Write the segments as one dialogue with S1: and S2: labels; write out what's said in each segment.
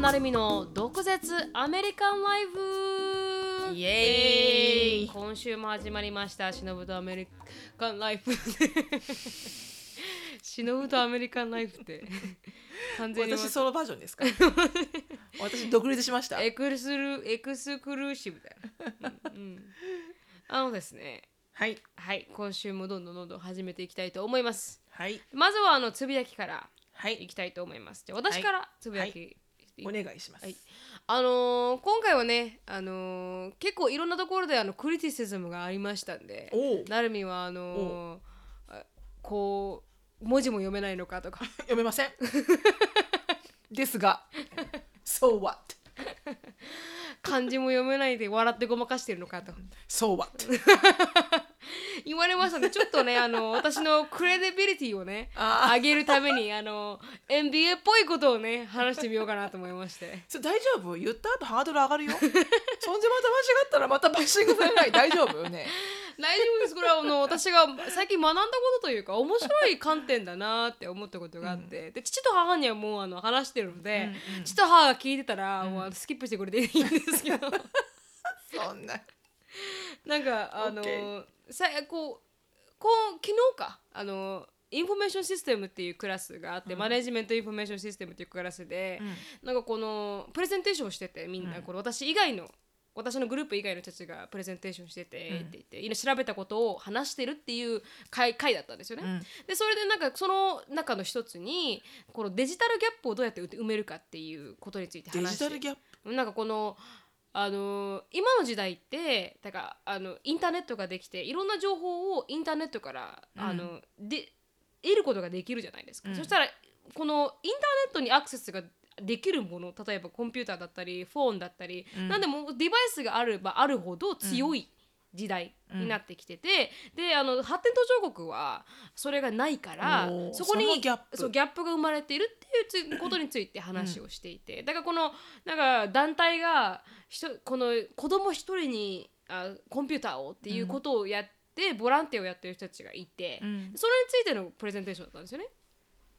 S1: なるみの独舌アメリカンライフ
S2: イエーイ
S1: 今週も始まりました「しのぶとアメリカン ライフ」しのぶとアメリカンライフって完全に
S2: 私ソロバージョン ですか私独立しました
S1: エクスルエクスクルーシブだよ、うんうんあのですね
S2: はい
S1: はい今週もどんどんどんどん始めていきたいと思います
S2: はい
S1: まずはあのつぶやきから
S2: はいい
S1: きたいと思いますじゃあ私からつぶやき、い
S2: お願いします
S1: はいあのー今回はね、あのー結構いろんなところであのクリティシズムがありましたんで
S2: おお
S1: なるみはあのーあこう文字も読めないのかとか
S2: 読めませんですが So what?
S1: 漢字も読めないで笑ってごまかしてるのかと
S2: So what?
S1: 言われましたねちょっとね、あの私のクレディビリティをね
S2: あー
S1: 上げるために、あの NBA っぽいことをね話してみようかなと思いまして。
S2: それ大丈夫言った後ハードル上がる よそんでまた間違ったらまたバッシングされない大丈夫ね
S1: 大丈夫ですこれはあの私が最近学んだことというか面白い観点だなって思ったことがあって、で父と母にはもうあの話してるので、父と母が聞いてたら、もうあのスキップしてくれていいんですけど
S2: そんな
S1: なんかあの
S2: OK
S1: さこうこう昨日かあのインフォメーションシステムっていうクラスがあって、マネジメントインフォメーションシステムっていうクラスで、なんかこのプレゼンテーションをしててみんな、これ私以外の私のグループ以外の人たちがプレゼンテーションしててって言って、今調べたことを話してるっていう会会だったんですよね。
S2: うん
S1: でそれでなんかその中の一つにこのデジタルギャップをどうやって埋めるかっていうことについて
S2: デ
S1: 話
S2: ジ
S1: して
S2: タルギャップ
S1: なんかこのあの今の時代ってだからあのインターネットができていろんな情報をインターネットから、
S2: うん
S1: あので得ることができるじゃないですか、
S2: うん
S1: そしたらこのインターネットにアクセスができるもの例えばコンピューターだったりフォンだったり、
S2: うん
S1: なんでもデバイスがあればあるほど強い時代になってきてて、であの発展途上国はそれがないから
S2: おー
S1: そこに
S2: そのギャップ
S1: そうギャップが生まれているっていうつことについて話をしていて、だからこのなんか団体がひとこの子供一人にあコンピューターをっていうことをやって、ボランティアをやってる人たちがいて、
S2: うん
S1: それについてのプレゼンテーションだったんですよね。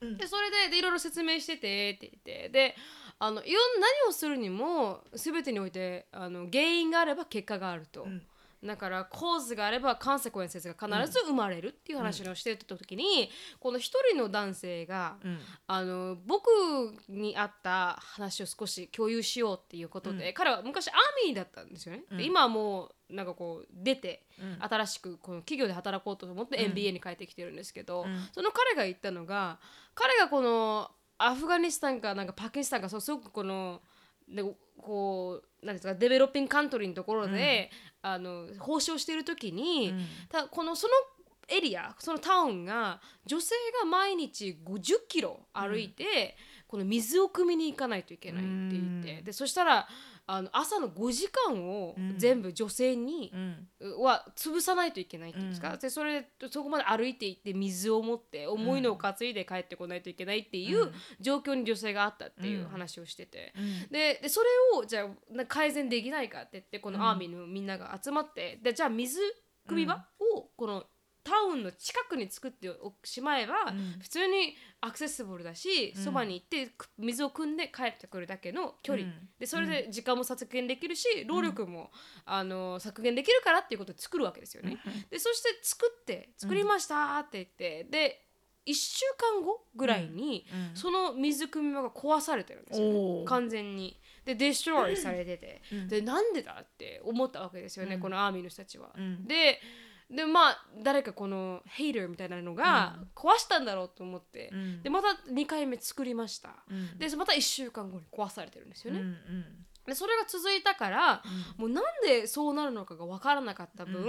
S2: うん
S1: でそれででいろいろ説明しててって言ってであのいろん何をするにも全てにおいてあの原因があれば結果があると。
S2: うん
S1: だからコーズがあればカンセクエンセスが必ず生まれるっていう話をしてた時に、この一人の男性が、
S2: うん
S1: あの僕にあった話を少し共有しようっていうことで、
S2: う
S1: 彼は昔アーミーだったんですよね。
S2: うん
S1: で今はもうなんかこう出て
S2: うん
S1: 新しくこの企業で働こうと思って
S2: うん
S1: MBA に帰ってきてるんですけ
S2: う
S1: ど、
S2: ん
S1: その彼が言ったのが彼がこのアフガニスタンかなんかパキスタンかそうすごくこのでこうなんですかデベロッピングカントリーのところで、あの奉仕をしている時に、
S2: うん
S1: たこのそのエリアそのタウンが女性が毎日50キロ歩いて、この水を汲みに行かないといけないって言って、
S2: うん
S1: でそしたらあの朝の5時間を全部女性に、
S2: うん
S1: は潰さないといけないっていうんですか、
S2: うん
S1: でそれでそこまで歩いて行って水を持って重いのを担いで帰ってこないといけないっていううん状況に女性があったっていう
S2: うん
S1: 話をしてて、
S2: うん
S1: ででそれをじゃあな改善できないかって言ってこ
S2: うん
S1: のアーミーのみんなが集まってでじゃあ水汲み場をこのタウンの近くに作っておしまえば、
S2: うん
S1: 普通にアクセシブルだし
S2: うん
S1: そば、に行ってく水を汲んで帰ってくるだけの距離、
S2: うん
S1: でそれで時間も削減できるし労力も、あの削減できるからっていうことを作るわけですよね。でそして作って作りましたって言って、で1週間後ぐらいに、
S2: うん
S1: その水汲み場が壊されてるんですよ、
S2: お
S1: ね、
S2: ー
S1: 完全に。でデストロイされてて、
S2: うん
S1: でなんでだって思ったわけですよね、
S2: うん
S1: このアーミーの人たちは。
S2: うん
S1: ででまあ誰かこのヘイターみたいなのが
S2: う
S1: 壊したんだろうと思って、
S2: うん
S1: でまた2回目作りました。
S2: うん
S1: でまた1週間後に壊されてるんですよね。
S2: うんうん
S1: でそれが続いたからもうなんでそうなるのかが分からなかった分、
S2: うん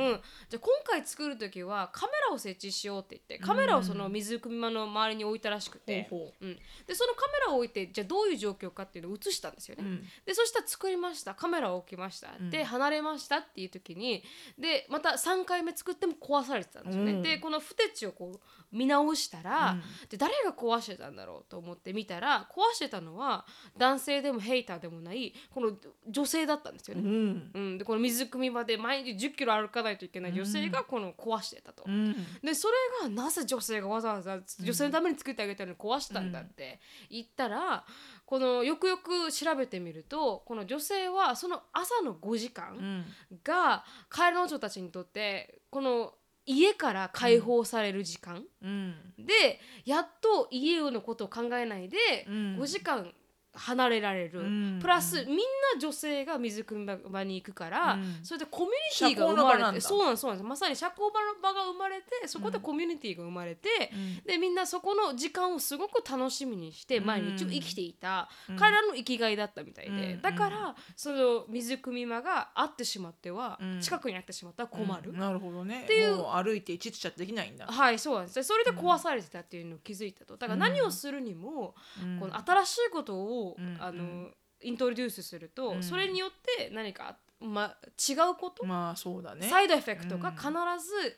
S1: じゃあ今回作る時はカメラを設置しようって言ってカメラをその水汲み場の周りに置いたらしくて、
S2: ほうほ
S1: うんでそのカメラを置いてじゃあどういう状況かっていうのを映したんですよね。
S2: うん
S1: でそしたら作りましたカメラを置きました、
S2: うん
S1: で離れましたっていう時にでまた3回目作っても壊されてたんですよね、
S2: うん
S1: でこのフテチをこう見直したら、
S2: うん
S1: で誰が壊してたんだろうと思って見たら壊してたのは男性でもヘイターでもないこのロ女性だったんですよ
S2: う
S1: ね、
S2: ん
S1: うんでこの水汲み場で毎日1 0キロ歩かないといけない女性がこの壊してたと、
S2: うん
S1: でそれがなぜ女性がわざわざ女性のために作ってあげたのに壊したんだって言ったらこのよくよく調べてみるとこの女性はその朝の5時
S2: う
S1: 間
S2: ん
S1: がカエルの女たちにとってこの家から解放される時間、
S2: うん
S1: でやっと家のことを考えないで
S2: うん
S1: 5時間離れられる、
S2: うん
S1: プラスみんな女性が水汲み場に行くから、
S2: うん
S1: それでコミュニティが
S2: 社
S1: 生ま
S2: 交の場な
S1: れ
S2: ん
S1: て
S2: だ
S1: そうなんですそうなんですまさに社交場の場が生まれてそこでコミュニティが生まれて、
S2: うん
S1: でみんなそこの時間をすごく楽しみにして
S2: うん
S1: 毎日を生きていた、
S2: うん
S1: 彼らの生きがいだったみたいで、
S2: うん
S1: だからその水汲み場があってしまっては、
S2: うん
S1: 近くにあってしまったら困る、
S2: うんなるほどね
S1: ていう
S2: もう歩いていちっちゃできないんだ、
S1: はいそうなんですそれで壊されてたっていうのを気づいたとだから何をするにも、
S2: うん
S1: この新しいことを、
S2: うん
S1: あ
S2: う
S1: のイントロデュースすると、
S2: うん
S1: それによって何か、ま、違うこと、
S2: まあそうだね
S1: サイドエフェクトが必ず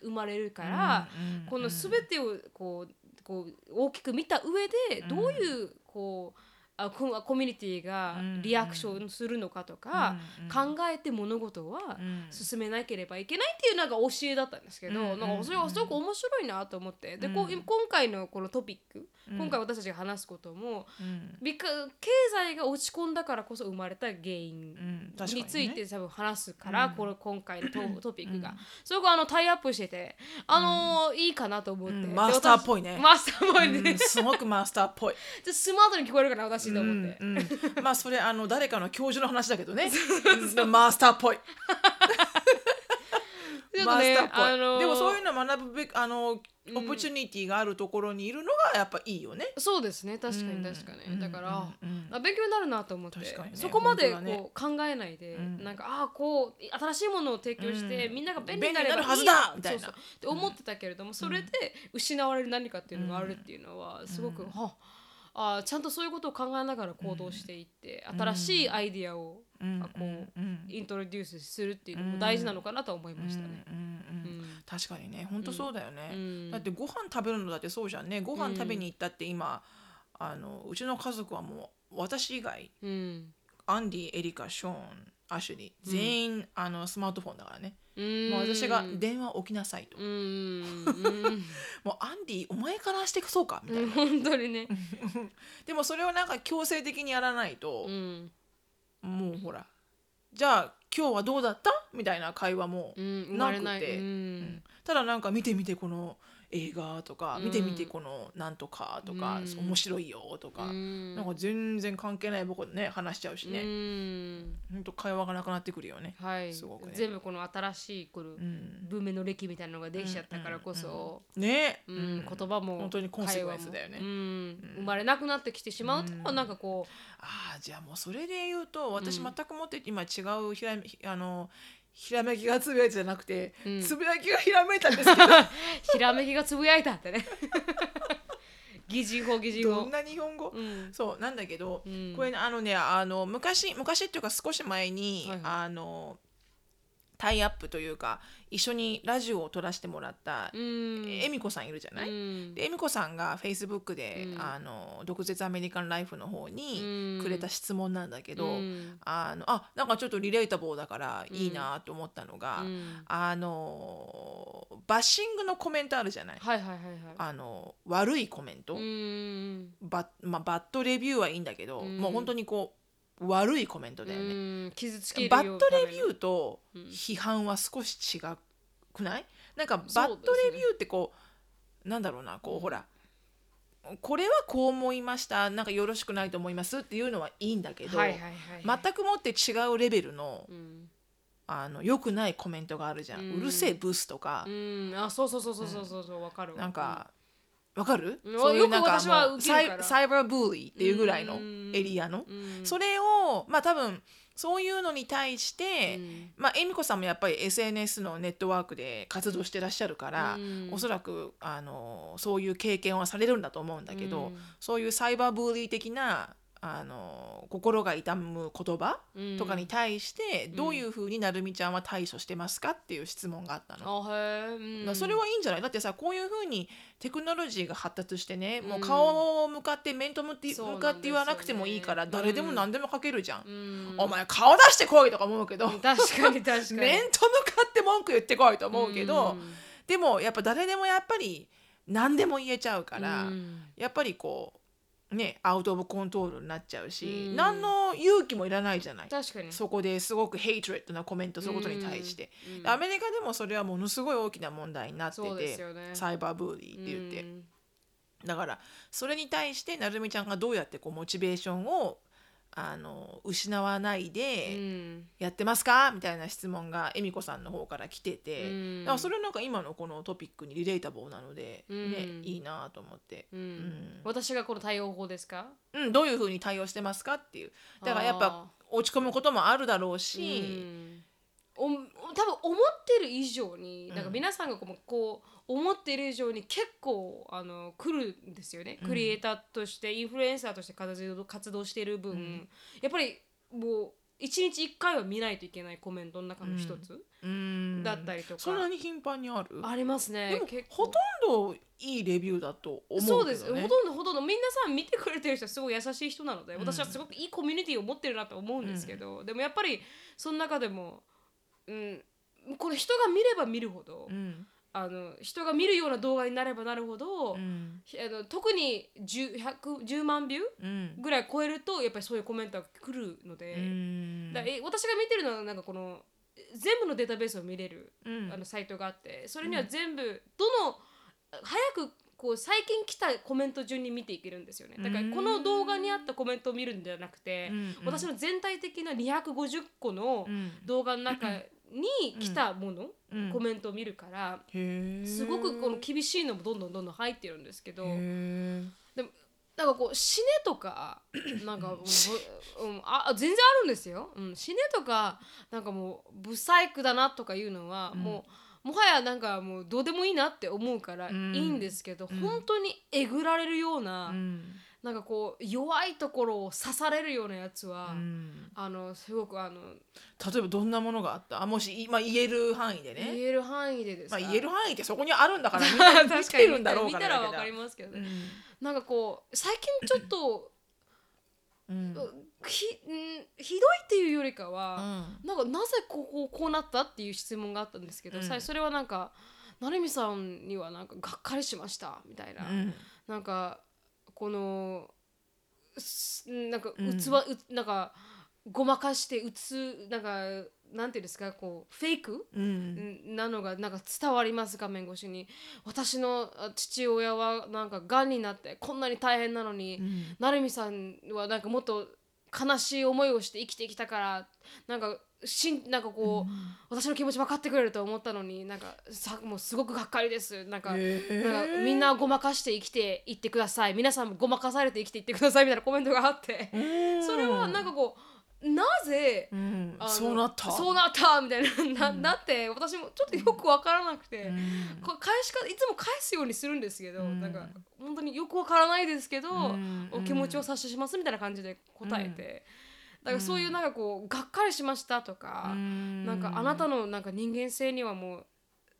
S1: 生まれるから、
S2: うんうん
S1: この全てをこうこう大きく見た上で
S2: うん
S1: どういうこうあココミュニティが
S2: うん
S1: リアクションするのかとか、考えて物事は
S2: うんうん
S1: 進めなければいけないっていうなんか教えだったんですけど、
S2: うん
S1: なんかそれはすごく面白いなと思って、でこう
S2: うん
S1: 今回のこのトピック、今回私たちが話すことも
S2: うん
S1: ビカ経済が落ち込んだからこそ生まれた原因
S2: うん確か
S1: について
S2: ね
S1: 多分話すから、
S2: うん
S1: これ今回のトトピックが、
S2: うん
S1: それがあのタイアップしててあのーいいかなと思って、
S2: うん
S1: で
S2: マスターっぽいね
S1: 私マスターっぽいね、
S2: うんすごくマスターっぽい
S1: ちょっとスマートに聞こえるかな私と思って、
S2: うんうんまあそれあの誰かの教授の話だけど ねうんマスターっぽい
S1: ちょっと
S2: マス
S1: ね
S2: ターっぽい、
S1: あのー
S2: でもそういうのを学ぶべきあの、オプチュニティがあるところにいるのがやっぱいいよね
S1: そうですね確かに確かに、
S2: うん
S1: だから、
S2: うん
S1: あ勉強になるなと思って、
S2: 確かにね
S1: そこまで
S2: 本当だね
S1: こう考えないで、
S2: うん
S1: なんかああこう新しいものを提供して、
S2: うん
S1: みんなが便利になれば
S2: 便利になる
S1: いい
S2: はずだみたいな
S1: そうそうって思ってたけれども、それで失われる何かっていうのがあるっていうのはすごく、はああちゃんとそういうことを考えながら行動していって、新しいアイディアを
S2: うん
S1: あこう
S2: うん
S1: イントロデュースするっていうのも大事なのかなとは思いましたね。
S2: うんうんうん
S1: うん
S2: 確かにね本当そうだよね、
S1: うん
S2: だってご飯食べるのだってそうじゃんねご飯食べに行ったって今、あのうちの家族はもう私以外
S1: うん
S2: アンディエリカショーンアシュリー全員、あのスマートフォンだからね、
S1: うん
S2: もう私が電話置きなさいと、
S1: うんうん
S2: もうアンディお前からしてそうかみた
S1: う
S2: いな、
S1: ん本当にね、
S2: でもそれをなんか強制的にやらないと
S1: う、ん
S2: もうほらじゃあ今日はどうだったみたいな会話も、
S1: うん、生まれない
S2: なくて
S1: う
S2: うんんただなんか見てみてこの映画とか、
S1: うん
S2: 見てみてこのなんとかとか、
S1: うん
S2: 面白いよとか、
S1: うん
S2: なんか全然関係ない僕ね話しちゃうし
S1: う
S2: ね、
S1: ん
S2: ほんと会話がなくなってくるよね。
S1: はい、
S2: すごくね
S1: 全部この新しいこの
S2: うん
S1: 文明の歴みたいなのができちゃったからこそ、
S2: ね、
S1: うん言葉も
S2: 本当にコンセクエンスだよね
S1: 会話もうん、生まれなくなってきてしまうと、
S2: うん
S1: なんかこ
S2: ああじゃあもうそれで言うと私
S1: うん
S2: 全くもって今違うひらめあのひらめきがつぶやいたじゃなくて、
S1: うん
S2: つぶやきがひらめいたんですけど
S1: うひらめきがつぶやいたってね 擬人法擬人
S2: ど
S1: 法
S2: んな日本語、
S1: うん
S2: そうなんだけど、
S1: うん
S2: これねあのねあの昔昔っていうか少し前に、
S1: はいはい
S2: あのタイアップというか一緒にラジオを撮らせてもらった、
S1: うん
S2: えみこさんいるじゃない、
S1: うん
S2: で恵美子さんがフェイスブックで、
S1: うん
S2: あの「毒舌アメリカンライフ」の方に
S1: うん
S2: くれた質問なんだけど、
S1: うん
S2: あのあなんかちょっとリレータボーだからいいなと思ったのが、
S1: うん
S2: あのバッシングのコメントあるじゃない、
S1: はいはいはいはい
S2: あの悪いコメント、
S1: うん
S2: バまあ、バッドレビューはいいんだけど、
S1: うん
S2: もう本当にこう悪いコメントだよ
S1: う
S2: ね。
S1: ん傷つけるよ
S2: バッドレビューと
S1: うん
S2: 批判は少し違くないなんかバッ
S1: そう
S2: ド
S1: ですね
S2: レビューってこうなんだろうなこうほらこれはこう思いましたなんかよろしくないと思いますっていうのはいいんだけど、
S1: はいはいはいはい、
S2: 全くもって違うレベルの
S1: うん
S2: あの良くないコメントがあるじゃん、
S1: う
S2: うんるせえブスとか
S1: う、んあそうそうそうそうそうそうそうわかるわ
S2: なんか、わかる、
S1: うん
S2: そういうなんか
S1: よく私は
S2: もう
S1: 受け
S2: サ
S1: るか
S2: イ
S1: ら
S2: サイバーブーリーっていうぐらいの
S1: うん
S2: エリアの、
S1: うん
S2: それをまあ多分そういうのに対し
S1: う
S2: て、
S1: ん
S2: まあ、恵美子さんもやっぱり SNS のネットワークで活動してらっしゃるから、
S1: うん
S2: おそらくあのそういう経験はされるんだと思うんだけど、
S1: うん
S2: そういうサイバーブーリー的なあの心が痛む言葉
S1: うん
S2: とかに対して、
S1: ん
S2: どういうふうになるみちゃんは対処してますかっていう質問があったの。
S1: あへえ、う
S2: まあ
S1: ん、
S2: それはいいんじゃないだってさこういうふうにテクノロジーが発達してね、もううん顔を向かって面と向って
S1: そうなん
S2: 向かって言わなくてもいいから
S1: ですよね
S2: 誰でも何でも書けるじゃん、
S1: うん
S2: お前顔出してこいとか思うけど、
S1: 確かに確かに
S2: 面と向かって文句言ってこいと思うけど、
S1: ん
S2: でもやっぱ誰でもやっぱり何でも言えちゃうから、
S1: うん
S2: やっぱりこうねアウト・オブ・コントロールになっちゃうし、
S1: うん
S2: 何の勇気もいらないじゃない
S1: 確かに
S2: そこですごくヘイトレッドなコメントすることに対して、
S1: うんうん
S2: アメリカでもそれはものすごい大きな問題になって
S1: そうです
S2: て、
S1: よね
S2: サイバーブーリーって言って、
S1: うん
S2: だからそれに対してなるみちゃんがどうやってこうモチベーションをあの失わないうで
S1: ん
S2: やってますかみたいな質問が恵美子さんの方から来てて、
S1: うん
S2: だからそれなんか今のこのトピックにリレータボーなので、ね
S1: うん
S2: いいなと思って、
S1: う
S2: うんん
S1: 私がこの対応法ですか
S2: うんどういうふうに対応してますかっていうだからやっぱ
S1: あ
S2: 落ち込むこともあるだろう
S1: ーう
S2: し、
S1: んお多分思ってる以上に
S2: うん
S1: なんか皆さんがこうこう思ってる以上に結構あの来るんですよね、
S2: うん
S1: クリエイターとしてインフルエンサーとして活動活動している分、
S2: うん
S1: やっぱりもう一日一回は見ないといけないコメントの中の一つ
S2: うん
S1: だったりとか、
S2: そんなに頻繁にある
S1: ありますね
S2: でも
S1: 結
S2: ほ
S1: 構
S2: とんどいいレビューだと思うけど、ね、
S1: そうですほとんどほとんどみんなさ見てくれてる人はすごい優しい人なので、
S2: うん
S1: 私はすごくいいコミュニティを持ってるなと思うんですけど、でもやっぱりその中でも、うん、この人が見れば見るほど、
S2: うん
S1: あの人が見るような動画になればなるほど、
S2: うん
S1: ひあの特に 10, 100 10万ビュー
S2: うん
S1: ぐらい超えるとやっぱりそういうコメントが来るの
S2: う
S1: で、
S2: ん
S1: だえ私が見てるのはなんかこの全部のデータベースを見れる
S2: うん
S1: あのサイトがあってそれには全部、どの早くこう最近来たコメント順に見ていけるんですよねだか
S2: う
S1: ら
S2: ん
S1: この動画にあったコメントを見るんじゃなくて
S2: う、んうん
S1: 私の全体的な250個の
S2: うん
S1: 動画の中に来たもの、
S2: うん
S1: コメントを見るから、
S2: へー
S1: すごくこの厳しいのもどんどんどんどん入ってるんですけど、
S2: へー
S1: なんかこう死ねと かなんかもう、うん、あ全然あるんですよ、うん、死ねとかなんかもう不細工だなとかいうのは、
S2: うん
S1: もうもはやなんかもうどうでもいいなって思うから
S2: う
S1: い
S2: ん
S1: いんですけど、
S2: うん
S1: 本当にえぐられるよう
S2: う
S1: な、
S2: ん
S1: なんかこう弱いところを刺されるようなやつは、
S2: うん
S1: あのすごくあの
S2: 例えばどんなものがあったあもし、いまあ、言える範囲で
S1: 言
S2: ね、
S1: える範囲でです
S2: ま
S1: か、
S2: あ、言 える範囲ってそこにあるんだからみん
S1: 確
S2: な
S1: かに
S2: 見てるんだろう
S1: 見
S2: か
S1: た
S2: ら
S1: らわかり
S2: だ
S1: ますけど
S2: け
S1: ね、
S2: ど
S1: なんかこう最近ちょっと
S2: うんうん
S1: ひんひどいっていうよりかは、なんかなぜこここうなったっていう質問があったんですけど、
S2: うん
S1: さそれはなんか成美さんにはなんかがっかりしましたみたいな、
S2: うん
S1: なんかこのすなんか器、
S2: うん
S1: うなんかごまかしてうつなんかなんていうんですかこうフェイク
S2: うんうん
S1: なのがなんか伝わります画面越しに私のあ父親はなんかがんになってこんなに大変なのに、
S2: うん
S1: なるみさんはなんかもっと悲しい思いをして生きてきたからなんかしんなんかこう、私の気持ち分かってくれると思ったのになんかさもうすごくがっかりですなんか,、
S2: へー
S1: なんかみんなごまかして生きていってください皆さんもごまかされて生きていってくださいみたいなコメントがあって、
S2: うん
S1: それはなんかこうなぜ、
S2: うん
S1: あの
S2: そうなった
S1: そうなったみたいなな,、
S2: うん
S1: なって私もちょっとよく分からなくて。
S2: うん
S1: こ返しかいつも返すようにするんですけど、
S2: うん
S1: なんか本当によくわからないですけど、
S2: うん
S1: お気持ちを察ししますみたいな感じで答えて、だからそういうなんかこうがっかりしましたとか、
S2: な
S1: なんかあなたのなんか人間性にはもう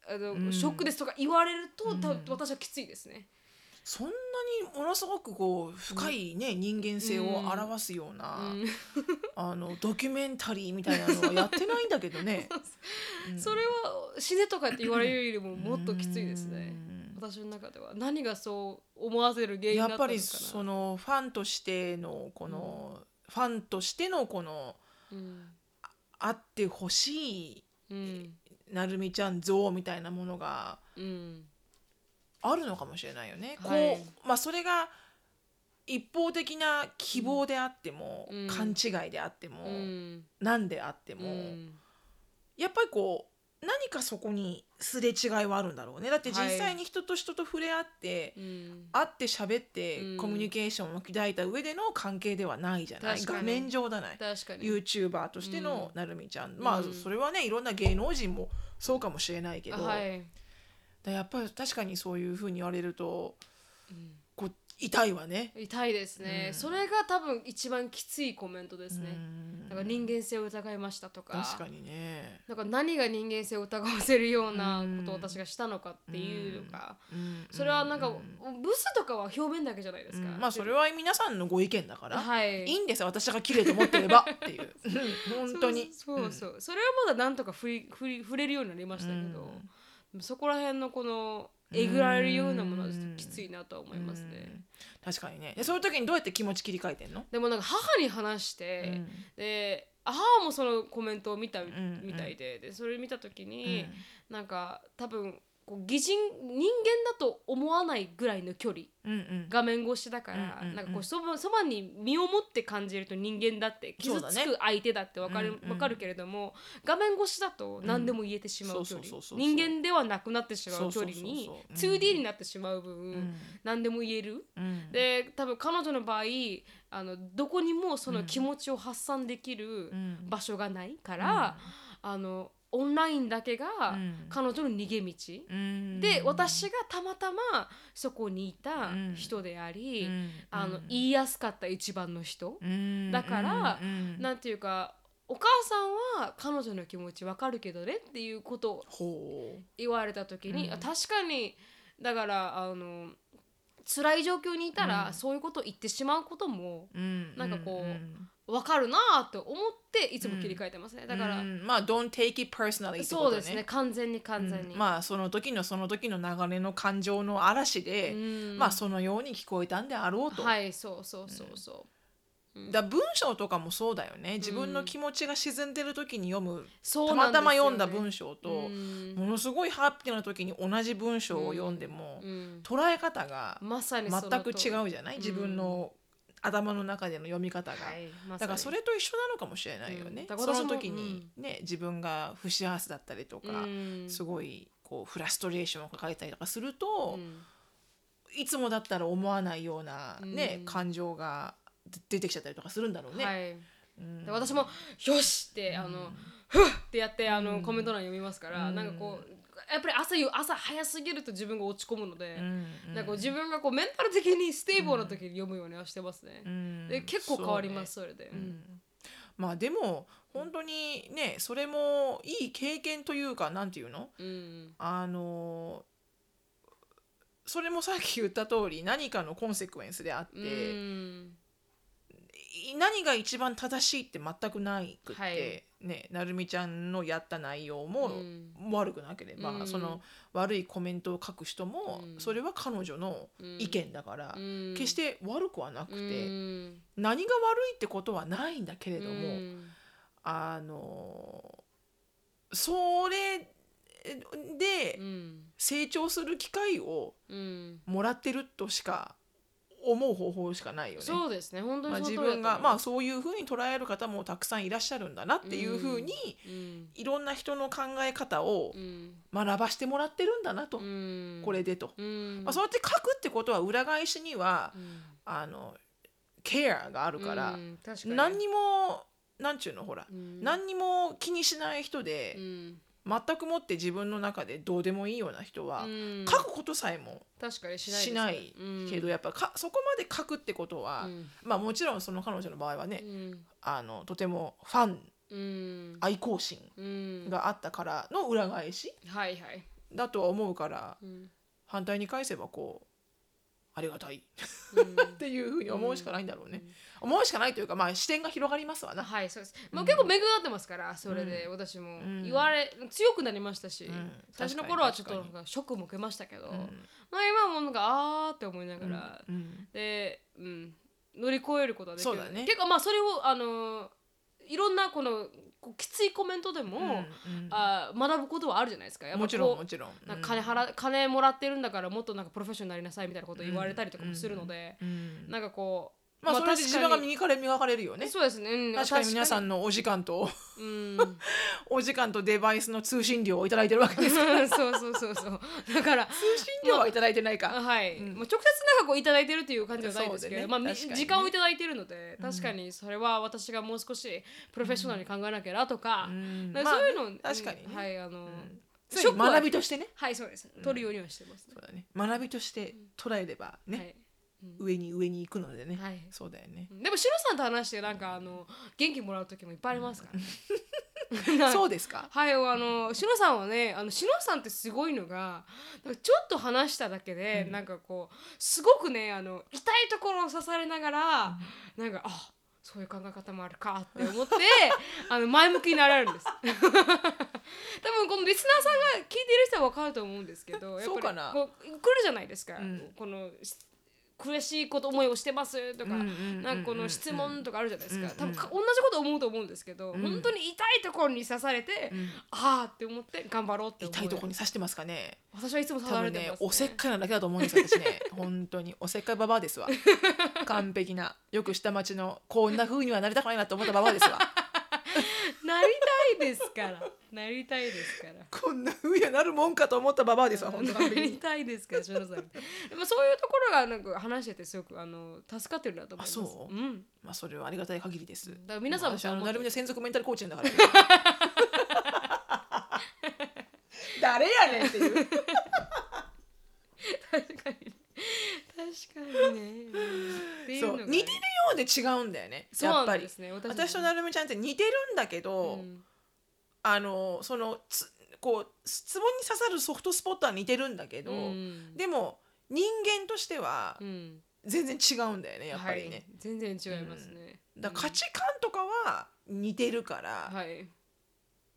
S1: あの、
S2: うん
S1: ショックですとか言われると、た
S2: うん
S1: 私はきついですね。
S2: そんなにものすごくこう深いね、人間性を表すような、
S1: うん
S2: あのドキュメンタリーみたいなのはやってないんだけど ね。うん
S1: それは死ねとかって言われるよりももっときついですね。
S2: うん
S1: 私の中では何がそう思わせる原因だ
S2: や
S1: った
S2: っ
S1: のか
S2: ぱ
S1: な。
S2: りそのファンとしてのこの、ファンとしてのこの
S1: うん
S2: あってほしい
S1: うん
S2: なるみちゃん像みたいなものが
S1: うん
S2: あるのかもしれないよね。
S1: はい
S2: こうまあそれが一方的な希望であっても、
S1: うん
S2: 勘違いであっても、
S1: うん
S2: なんであっても。
S1: うん
S2: やっぱりこう何かそこにすれ違いはあるんだろうねだって実
S1: は
S2: 際
S1: い
S2: に人と人と触れ合って、
S1: うん
S2: 会って喋って、
S1: うん
S2: コミュニケーションを抱いた上での関係ではないじゃない
S1: 確かに
S2: 画面上じゃない
S1: 確かに。
S2: YouTuber としての
S1: う
S2: なるみちゃん、
S1: ん
S2: まあそれはねいろんな芸能人もそうかもしれないけど、
S1: はい、
S2: だやっぱり確かにそういうふうに言われると
S1: うん
S2: こう痛いわね。
S1: 痛いですね、
S2: うん
S1: それが多分一番きついコメントですね、
S2: うん
S1: なんか人間性を疑いましたとか
S2: 確かにね。
S1: なんか何が人間性を疑わせるようなことを
S2: うん
S1: 私がしたのかっていうのが、
S2: うん
S1: それはなんか、
S2: う
S1: ブスとかは表面だけじゃないですか、
S2: まあそれは皆さんのご意見だから、
S1: はい
S2: いいんですよ私が綺麗と思ってればっていう。うん本当に。
S1: そうそうそう、それはまだなんとか振り振り触れるようになりましたけど、そこら辺のこのえぐられるようなものはちょっときついなとは思いますね、
S2: うん確かにね。でそういう時にどうやって気持ち切り替えてんの？
S1: でもなんか母に話し
S2: う
S1: て、
S2: ん
S1: で母もそのコメントを見た
S2: ん
S1: みたいで,、でそれ見た時
S2: う
S1: に、
S2: ん
S1: なんか多分こう擬人人間だと思わないぐらいの距離
S2: うん
S1: 画面越しだから、
S2: うんうんうん
S1: なんかこうそばそばに身をもって感じると人間だって
S2: そ
S1: 傷
S2: うだ
S1: つ
S2: ね
S1: く相手だってわかる,、
S2: うんうん
S1: わかるけれども画面越しだと何でも言えてしま
S2: うん
S1: う距離、
S2: そうそうそうそう
S1: 人間ではなくなってしまう距離に
S2: そうそうそうそううん
S1: 2D になってしまう分、
S2: うん
S1: 何でも言える。
S2: うん
S1: で多分彼女の場合あのどこにもその気持ちを発散できる
S2: うん
S1: 場所がないから、あのオンラインだけが
S2: うん
S1: 彼女の逃げ道、
S2: うん
S1: で私がたまたまそこにいた
S2: うん
S1: 人であり、
S2: うん
S1: あの言いやすかった一番の人、
S2: うん
S1: だから
S2: うん
S1: なんていうかお母さんは彼女の気持ちわかるけどねっていうことを
S2: ほう
S1: 言われた時に、
S2: うん
S1: あ確かにだからあの辛い状況にいたら、
S2: うん
S1: そういうことを言ってしまうことも
S2: うん
S1: なんかこう
S2: うん
S1: わかるなぁと思っていつも切り替えてますね、だから、
S2: うんまあ don't take it personally ってこ
S1: そ
S2: と
S1: う
S2: ね
S1: ですね完全に完全に、
S2: うんまあその時のその時の流れの感情の嵐で、
S1: うん
S2: まあそのように聞こえたんであろうと、
S1: はいそうそうそうそう、
S2: だ文章とかもそうだよね自分の気持ちが沈んでる時に読む、
S1: そう
S2: た
S1: な
S2: ま
S1: んです
S2: た
S1: よ
S2: ま読
S1: ね
S2: んだ文章と、
S1: うん
S2: ものすごいハッピーな時に同じ文章を読んでも、
S1: うん
S2: 捉え方が
S1: まさにその
S2: 全く違
S1: う、
S2: うじゃない、自分の頭の中での読み方が。
S1: はいまさに
S2: だからそれと一緒なのかもしれないよね
S1: う。んだから
S2: そ
S1: 私も
S2: の時に、ね自分が不幸せだったりとか、
S1: うん
S2: すごいこうフラストレーションを抱えたりとかすると、
S1: うん
S2: いつもだったら思わないような、ね
S1: うん
S2: 感情が出てきちゃったりとかするんだろうね。
S1: はい、
S2: うん
S1: で私も「よし!」ってあの、ふっってやってあの、コメント欄読みますから、
S2: うん
S1: なんかこうやっぱり朝夕朝早すぎると自分が落ち込むので、
S2: うん
S1: なんかこう自分がこうメンタル的にステーブルな時に読むようにはしてますね。
S2: うん
S1: で結構変わりますそ,、れで、う
S2: そうねうん
S1: ん
S2: まあでも本当にねそれもいい経験というかなんていうの
S1: うん
S2: あのそれもさっき言った通り何かのコンセクエンスであって、
S1: うん
S2: い何が一番正しいって全くないくって、
S1: はい
S2: ね、なるみちゃんのやった内容も
S1: うん
S2: 悪くなければ、
S1: うん
S2: その悪いコメントを書く人も、
S1: うん
S2: それは彼女の意見だから、
S1: うん
S2: 決して悪くはなくて、
S1: うん
S2: 何が悪いってことはないんだけれども、
S1: うん
S2: あのそれで
S1: うん
S2: 成長する機会を
S1: うん
S2: もらってるとしか思う方法しかないよね。
S1: そうですね本当
S2: まあ、
S1: にそ
S2: 自
S1: の通
S2: 分
S1: りだ
S2: が、
S1: と思い
S2: まあ、
S1: ます
S2: そういうふうに捉える方もたくさんいらっしゃるんだなっていうふうに、
S1: うん
S2: いろんな人の考え方を
S1: うん
S2: 学ばしてもらってるんだなと、
S1: うん
S2: これでと、
S1: うん
S2: まあ、そうやって書くってことは裏返しには、
S1: うん
S2: あのケアがあるから、
S1: うん確かに
S2: 何にもなんちゅうのほら、
S1: うん
S2: 何にも気にしない人
S1: う
S2: で、
S1: ん
S2: 全くもって自分の中でどうでもいいような人は、
S1: うん
S2: 書くことさえも
S1: 確かにしないです
S2: し
S1: ね
S2: ない
S1: うん
S2: けど、やっぱかそこまで書くってことは、
S1: うん
S2: まあもちろんその彼女の場合はね、
S1: うん
S2: あのとてもファン
S1: うん
S2: 愛好心
S1: うん
S2: があったからの裏返し
S1: はいはい、
S2: だとは思うから
S1: うん
S2: 反対に返せばこうありがたい
S1: うん
S2: っていうふうに思うしかないんだろうね、思うしかないというかまあ視点が広がりますわな、
S1: はいそうです、まあ、結構巡り合ってますからそれで私も
S2: ん
S1: 言われ強くなりましたし、
S2: ん
S1: 最初の頃はちょっと
S2: 確
S1: な
S2: か
S1: ん
S2: に
S1: かショックも受けましたけど、
S2: うん
S1: まあ、今はもうなんかあーって思いながら、
S2: うん
S1: で、うん、乗り越えることはできる
S2: そうだね
S1: 結構まあそれをあのいろんなこのこうきついコメントでも、
S2: うんうん
S1: あー学ぶことはあるじゃないですかやっぱこう
S2: もちろんもちろん
S1: なんか金払金もらってるんだからもっとなんかプロフェッショナルになりなさいみたいなこと言われたりとかもするので、
S2: うん
S1: なんかこう
S2: まあそれで
S1: 確
S2: 自
S1: かに
S2: 分が右から磨かれるよね
S1: そうですね、うん
S2: 確かに皆さ
S1: ん
S2: んのお時間と
S1: うん
S2: お時間とデバイスの通信料をいただいてるわけ です
S1: そうそうそうそうだから
S2: 通信料はいただいてないか、
S1: はい、
S2: うん
S1: まあ、直接なんかこういただいてるっていう感じはないで
S2: そ
S1: すけど、
S2: うでね
S1: まあ、み
S2: 確かにね
S1: 時間をいただいてるので確かにそれは私がもう少しプロフェッショナルに考えなきゃなとか,、
S2: うん
S1: なんかそういうのを、
S2: まあね確かにね
S1: うんはいあの、
S2: つまり
S1: は
S2: 学びとしてね
S1: はいそうです取るようにはしてます、ね
S2: そうだね学びとして捉えればね、
S1: はいうん
S2: 上に上に行くのでね、
S1: はい
S2: そうだよね、
S1: でもシロさんと話してなんかあの元気もらう時もいっぱいありますからね、
S2: そうですか
S1: はい、あのしのさんはねあのしのさんってすごいのがなんかちょっと話しただけで、
S2: うん
S1: なんかこうすごくねあの痛いところを刺されながら、なんかあそういう考え方もあるかって思って あの前向きになられるんです 多分このリスナーさんが聞いている人は分かると思うんですけどやっぱり
S2: そうかな
S1: こう来るじゃないですか、
S2: うん
S1: このし悔しいこと思いをしてますとか、 なんかこの質問とかあるじゃないですか、
S2: うんうん
S1: 多分か同じこと思うと思うんですけど、
S2: うん
S1: 本当に痛いところに刺されて、
S2: うん
S1: ああって思って頑張ろうって思う
S2: 痛いとこに刺してますかね
S1: 私はいつも刺
S2: 多
S1: され
S2: 分
S1: て
S2: ね
S1: ます、
S2: おせっかいなだけだと思うんですよ私 ね本当におせっかいババアですわ完璧なよく下町のこんな風にはなりたくないなと思ったババアですわ
S1: なりたいですからなりたいですから
S2: こんな風にはなるもんかと思ったババアですわ本当
S1: な
S2: 完璧
S1: り
S2: に
S1: たいですから篠田さんでもそういうところがなんか話しててすごくあの助かってるなと思います
S2: あそう
S1: うん、
S2: まあそれはありがたい限りです
S1: だから皆さんも
S2: 私あ
S1: そう
S2: の
S1: 思っ
S2: な
S1: て
S2: るみ
S1: る
S2: の専属メンタルコーチなんだ から誰やねんって いう
S1: 確かにね確かにね、うんってい
S2: そう
S1: のがね
S2: う似てるようで違うんだよね
S1: そう
S2: やっ
S1: な
S2: ぱ
S1: ん
S2: り
S1: ですね私
S2: 私となるみちゃんって似てるんだけど、
S1: うん
S2: あのそのつこう質問に刺さるソフトスポットは似てるんだけど、
S1: うん
S2: でも人間としては
S1: うん
S2: 全然違うんだよねやっぱり
S1: は
S2: ね
S1: い、、全然違いますね、
S2: だから価値観とかは似てるから
S1: はい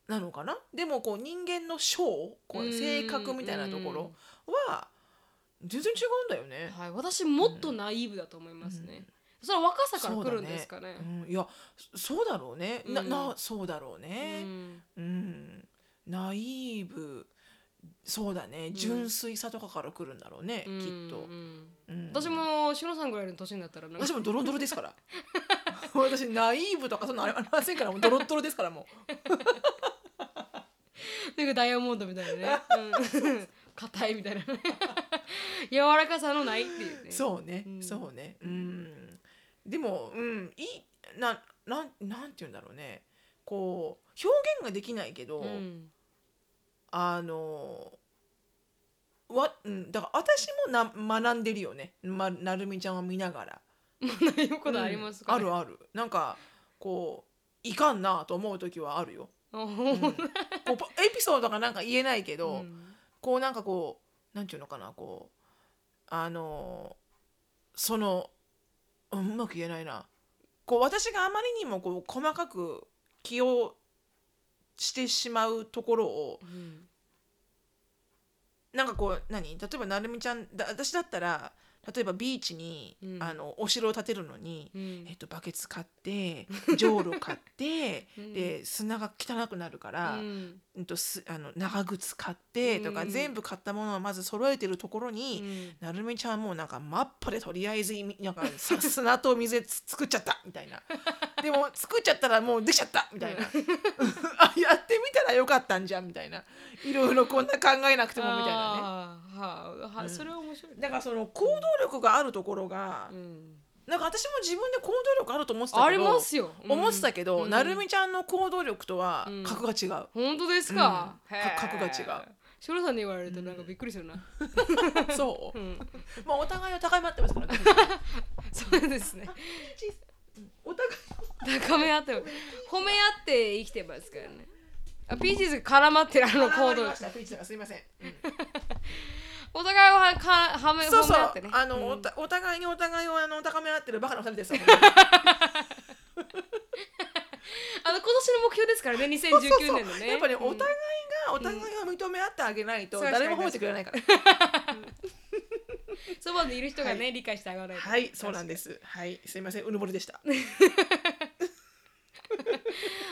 S2: なのかな、でもこう人間の性こう性格みたいなところは全然違うんだよ
S1: うん
S2: ね、
S1: はい私もっとナイーブだと思いますね、それは若さから来るんですかね
S2: うん、いやそそうだろうね、な
S1: うん
S2: なそうだろう
S1: う
S2: ね、
S1: ん
S2: うんナイーブそうだね純粋さとかから来るんだろうね、きっと
S1: う、ん
S2: うん
S1: 私もしのさんぐらいの年になったらなんか
S2: 私もドロドロですから 私ナイーブとかそんなのありませんからもうドロッドロですからもう
S1: なんかダイヤモンドみたいなね うん硬いみたいなね 柔らかさのないっていうね
S2: そうね、
S1: うん
S2: そうねうんでもうんいいななんなんて言うんだろうねこう表現ができないけど、
S1: ん
S2: あのわうん、だから私もな学んでるよね、ま、なるみちゃんを見ながら。
S1: ないことありますか、
S2: うんあるあるなんかこういかんなと思う時はあるよ。
S1: あ
S2: う
S1: ほ
S2: ん
S1: ん
S2: こうパエピソードがなんか言えないけど、
S1: うん
S2: こうなんかこうなんていうのかなこうあのそのうんうまく言えないなこう私があまりにもこう細かく起用してしまうところを
S1: うん
S2: なんかこう何例えばなるみちゃんだ私だったら例えばビーチに、
S1: うん
S2: あのお城を建てるのに、
S1: うん
S2: えっと、バケツ買 ってじょうろ買って、
S1: うん
S2: で砂が汚くなるか
S1: う
S2: ら、
S1: ん
S2: うんとすあの長靴買ってとか、
S1: うん
S2: 全部買ったものをまず揃えてるところ
S1: う
S2: に、
S1: ん
S2: なるみちゃんはもうなんかマッパでとりあえずいなんかさ砂と水でつ作っちゃったみた いなでも作っちゃったらもうできちゃったみ たいなあやってみたらよかったんじゃんみたいないろいろこんな考えなくてもみたいなね
S1: あーはあは
S2: うん
S1: それは面白いね
S2: だからその行動力があるところが、
S1: うん
S2: なんか私も自分で行動力あると思ってたけど
S1: ありますよ
S2: 思ってたけど、
S1: うん
S2: なるみちゃんの行動力とは
S1: うん
S2: 格が違う、
S1: 本当ですか、
S2: うん
S1: へー
S2: か格が違う
S1: ショロさんに言われるとなんかびっくりするな、、
S2: そううんまあお互いを高め合ってます からね
S1: そうですね
S2: お互い
S1: 高め合って褒め合って生きてますからねあピーチーズが絡まってるあの行動
S2: あわかりましたピーチがすいません、うん
S1: お互いをはかはめ
S2: そう
S1: 褒
S2: そ
S1: め合っ
S2: う
S1: てね、
S2: あの、
S1: うん
S2: おたお互いにお互いをあの高め合ってるバカな二人ですよ。
S1: あの今年の目標ですから ね2019年のね
S2: やっぱりお互い
S1: うん
S2: がお互いを認め合ってあげないと
S1: うん
S2: 誰も褒めてくれないから。
S1: そばでいる人がね、
S2: は
S1: 理解してあげないと
S2: はい、そうなんです。はい、すいません、うぬぼれでした。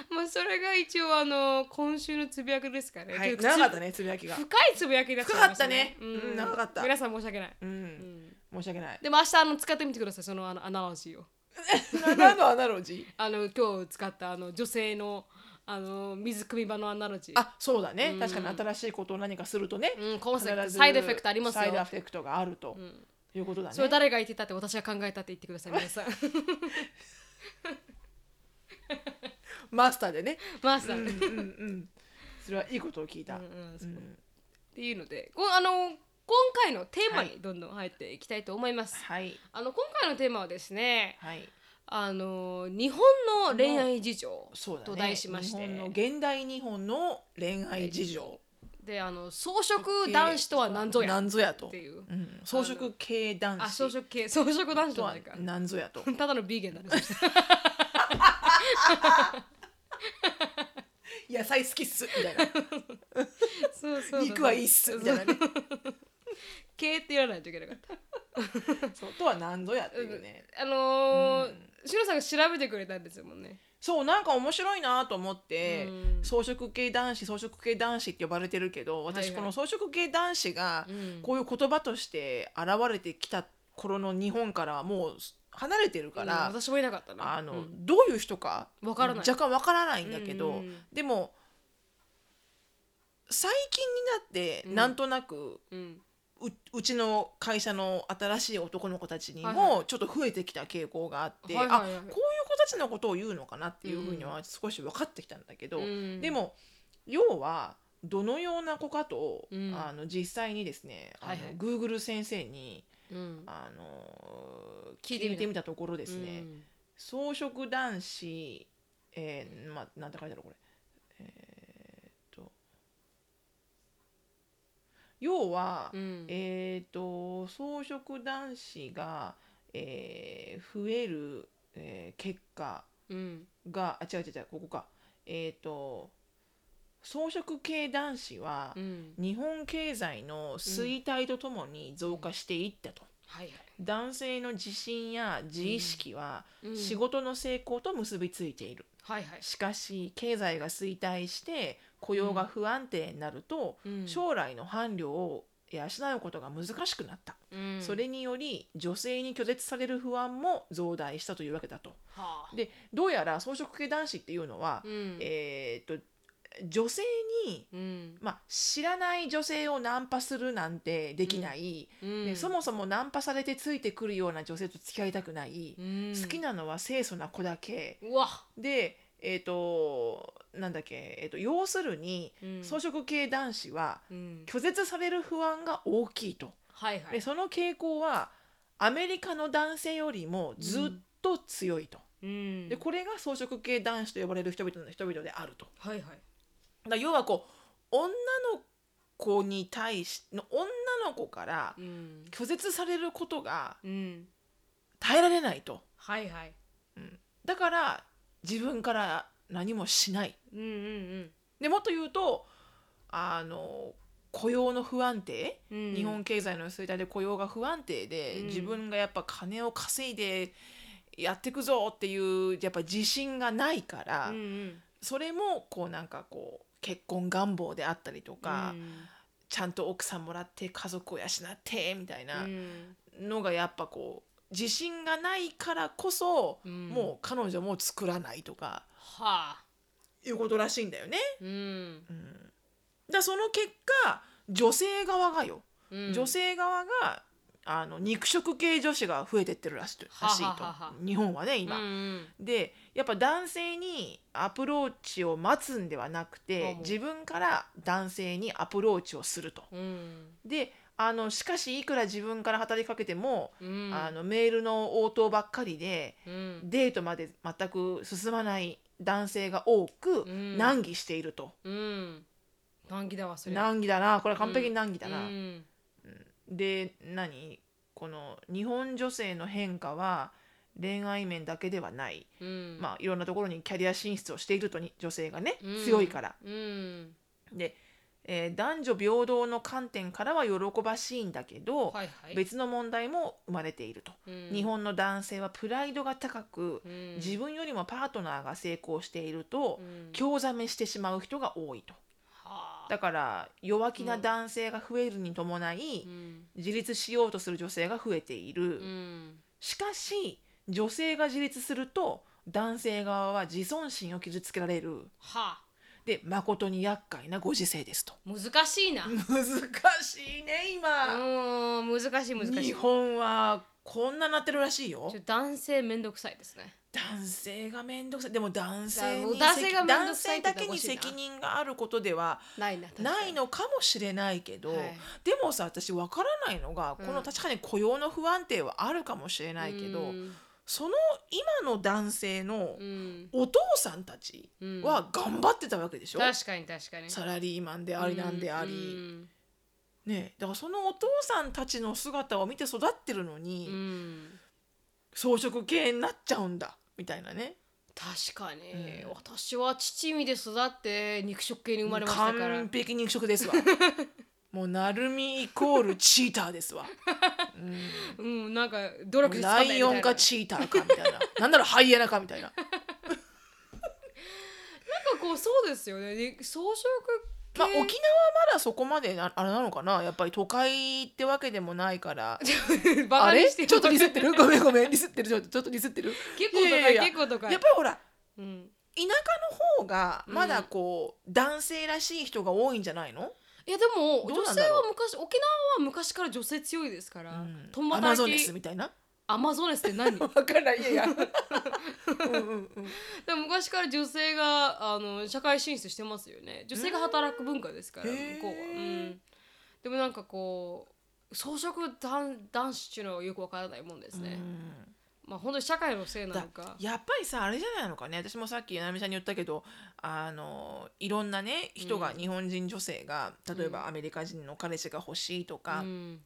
S1: まあそれが一応あの今週のつぶやきですからね、
S2: はい、
S1: ちょっと
S2: 長かったね、つぶやきが。
S1: 深いつぶやきだった
S2: 深かったねうん長かった
S1: 皆さん申し訳ない、
S2: う、
S1: うんん
S2: 申し訳ない。
S1: でも明日あの使ってみてくださいそのあのアナロジーを
S2: 何のアナロジー。
S1: あの今日使ったあの女性のあの水汲み場のアナロジー
S2: あ、そうだ
S1: う
S2: ね
S1: ん。
S2: 確かに新しいことを何かするとね、
S1: うん、コンセプ
S2: 必
S1: ト
S2: ず
S1: サイドエフェクトありますよ
S2: サイドエフェクトがあると
S1: ん
S2: いうことだね。
S1: それ誰が言ってたって私が考えたって言ってください 皆さん
S2: マスターでね。
S1: マーサ
S2: うん
S1: ー、
S2: う
S1: うん
S2: ん うん。それはいいことを聞いた。
S1: うん
S2: うん
S1: っていうのでこうあの今今回のテーマにどんどん入っていきたいと思います、
S2: はい
S1: あの今回のテーマはですね
S2: はい
S1: あの日本の恋愛事情
S2: そうだね
S1: と題しまし
S2: 日
S1: て
S2: 本の現代日本の恋愛事情
S1: であの草食男子とは何ぞや
S2: なんぞや
S1: っ
S2: と
S1: て、いう
S2: うん、装飾系男子
S1: あ草食系草食男子
S2: と
S1: とは
S2: は
S1: 何か
S2: なんぞやと
S1: ただのビーゲンだねそしたら
S2: 野菜好きっすみ たい
S1: そうそう
S2: な肉はいいっすみたいなね
S1: 系って言わないといけなかった
S2: そうとはなんぞやっていうね
S1: あのーシロさんが調べてくれたんですもんね
S2: そうなんか面白いなと思って
S1: うん
S2: 草食系男子草食系男子って呼ばれてるけど
S1: はい
S2: 私
S1: はい
S2: この草食系男子が
S1: うん
S2: こういう言葉として現れてきた頃の日本からはもう離れてるか
S1: うん
S2: ら
S1: 私もいなかったな
S2: あの、
S1: うん
S2: どういう人か
S1: わからない
S2: 若干わからないんだけ
S1: うんう
S2: ど
S1: んうん
S2: でも最近になって
S1: うん
S2: なんとなく
S1: うん
S2: ううちの会社の新しい男の子たちに
S1: はいは
S2: もちょっと増えてきた傾向があって、
S1: はいはいはい
S2: あこういう子たちのことを言うのかなっていうふうには少し分かってきたんだけど、
S1: うん
S2: でも要はどのような子かと、
S1: うん
S2: あの実際にですね、
S1: はいはい
S2: あの Google 先生に
S1: うん
S2: あの聞
S1: 聞いてみた
S2: いてみたところですね、
S1: うん
S2: 草食男子、えーまあ、なんて書いてあるこれ、えーっと要は、
S1: うん
S2: えー、と草食男子が、えー増える、えー結果
S1: うん
S2: があ違う違う違うここかえー、と草食系男子は、
S1: うん
S2: 日本経済の衰退とともに増加していったと。
S1: はいはい
S2: 男性の自信や自意識は
S1: うん
S2: 仕事の成功と結びついている、
S1: はいはい
S2: しかし経済が衰退して雇用が不安定になると、
S1: うん
S2: 将来の伴侶を養うことが難しくなった、
S1: うん
S2: それにより女性に拒絶される不安も増大したというわけだと
S1: はあ
S2: でどうやら草食系男子っていうのは、
S1: うん
S2: えーっと女性に、
S1: うん
S2: まあ、知らない女性をナンパするなんてできない、
S1: う
S2: で
S1: ん
S2: そもそもナンパされてついてくるような女性と付き合いたくない、
S1: うん
S2: 好きなのは清楚な子だけ
S1: うわ
S2: でえっ、となんだっけ、えー、と要するに
S1: うん
S2: 草食系男子は
S1: うん
S2: 拒絶される不安が大きいと
S1: はいは
S2: で
S1: い
S2: その傾向はアメリカの男性よりもずっと強いと、
S1: うん
S2: でこれが草食系男子と呼ばれる人々の人々であると。
S1: はいはい
S2: だから要はこう女の子に対しの女の子から
S1: うん
S2: 拒絶されることが
S1: うん
S2: 耐えられないと
S1: はいはい
S2: だから自分から何もしない
S1: うんうん
S2: でもっと言うとあの雇用の不安定、
S1: うんうん
S2: 日本経済の衰退で雇用が不安定で、
S1: うん
S2: 自分がやっぱ金を稼いでやってくぞっていうやっぱ自信がないから、
S1: うんうん
S2: それもこうなんかこう結婚願望であったりとか、
S1: うん
S2: ちゃんと奥さんもらって家族を養ってみたいな
S1: うん
S2: のがやっぱこう自信がないからこそ、
S1: うん
S2: もう彼女も作らないとか
S1: はあ
S2: いうことらしいんだよね。
S1: うん
S2: だからその結果女性側がよ、
S1: うん
S2: 女性側があの肉食系女子が増えてってるらしいらしいと
S1: はははは
S2: 日本はね
S1: うんう
S2: 今。
S1: ん
S2: でやっぱ男性にアプローチを待つんではなく
S1: あ
S2: て
S1: もう
S2: 自分から男性にアプローチをすると。
S1: うん
S2: であのしかしいくら自分から働きかけても、
S1: うん
S2: あのメールの応答ばっかりで
S1: うん
S2: デートまで全く進まない男性が多く
S1: うん
S2: 難儀していると、
S1: うん難儀だわそれ
S2: 難儀だなこれは完璧に難儀だな。
S1: うん
S2: で何この日本女性の変化は恋愛面だけではない、
S1: うん
S2: まあいろんなところにキャリア進出をしているとに女性がね
S1: うん
S2: 強いから。
S1: うん
S2: で、えー男女平等の観点からは喜ばしいんだけど、
S1: はいはい
S2: 別の問題も生まれていると。
S1: うん
S2: 日本の男性はプライドが高く、
S1: うん
S2: 自分よりもパートナーが成功していると、
S1: うん
S2: 興ざめしてしまう人が多いと
S1: はあ
S2: だから弱気な男性が増えるに伴い、
S1: うん
S2: 自立しようとする女性が増えている、
S1: うん
S2: しかし女性が自立すると男性側は自尊心を傷つけられる
S1: はあ
S2: で誠に厄介なご時世ですと
S1: 難しいなう
S2: 難しいね今、
S1: ん難しい難しい
S2: 日本はこんななってるらしいよ
S1: ちょ男性めんどくさいですね
S2: 男性が面倒くさいでも男性
S1: だからも
S2: に
S1: う男性が面倒
S2: 男
S1: くさい
S2: 性
S1: って
S2: だけ
S1: 言ったらおか
S2: に
S1: しいな
S2: 責任があることでは
S1: ないな確かに
S2: ないのかもしれないけど、
S1: はい
S2: でもさ私わからないのが
S1: うん
S2: この確かに雇用の不安定はあるかもしれないけど、
S1: うん
S2: その今の男性の
S1: うん
S2: お父さんたち
S1: うん
S2: は頑張ってたわけでしょ、
S1: 確かに確かに
S2: サラリーマンでありなんであり、
S1: うん
S2: ね、だからそのお父さんたちの姿を見て育ってるのに、
S1: うん
S2: 草食系になっちゃうんだみたいなね
S1: 確かに、
S2: うん
S1: 私は父身で育って肉食系に生まれましたから
S2: 完璧肉食 ですわもうなるみイコールチーター ですわ、うん
S1: うんなんか努力で
S2: ラ
S1: 掴んだ
S2: イ
S1: よ
S2: オ
S1: み
S2: ンか
S1: たいななんか
S2: チーターかみたいななんならハイエナかみた いな
S1: こうそうですよねに草食 系、
S2: まあ沖縄はまだそこまでなあれなのかなやっぱり都会ってわけでもないから
S1: バ
S2: あ
S1: カに
S2: れ
S1: してる
S2: ちょっとリスってる ごめんごめんリスってるちょっとちょっとリスってる
S1: 結構とか
S2: いやいやいや
S1: 結構とか
S2: やっぱりほら
S1: うん、
S2: 田舎の方がまだこう、男性らしい人が多いんじゃないの、
S1: いやでも
S2: どう
S1: 女
S2: なん
S1: 性
S2: だろう
S1: は昔沖縄は昔から女性強いですか
S2: う
S1: ら、
S2: ん
S1: トンボ
S2: ア
S1: 大
S2: マゾ
S1: 抵
S2: ネスみたいな
S1: アマゾネスって何でも
S2: 分からないいやいや うんうんうん
S1: 昔から女性があの社会進出してますよね女性が働く文化ですから
S2: へ
S1: 向
S2: ー
S1: こうは、うん、でもなんかこう草食男男子っていうのはよくわからないもんですね、まあ本当に社会のせいなのか
S2: やっぱりさあれじゃないのかね私もさっきななみさんに言ったけどあのいろんなね人が、
S1: うん
S2: 日本人女性が例え
S1: うん
S2: ばアメリカ人の彼氏が欲しいと
S1: う
S2: か、
S1: ん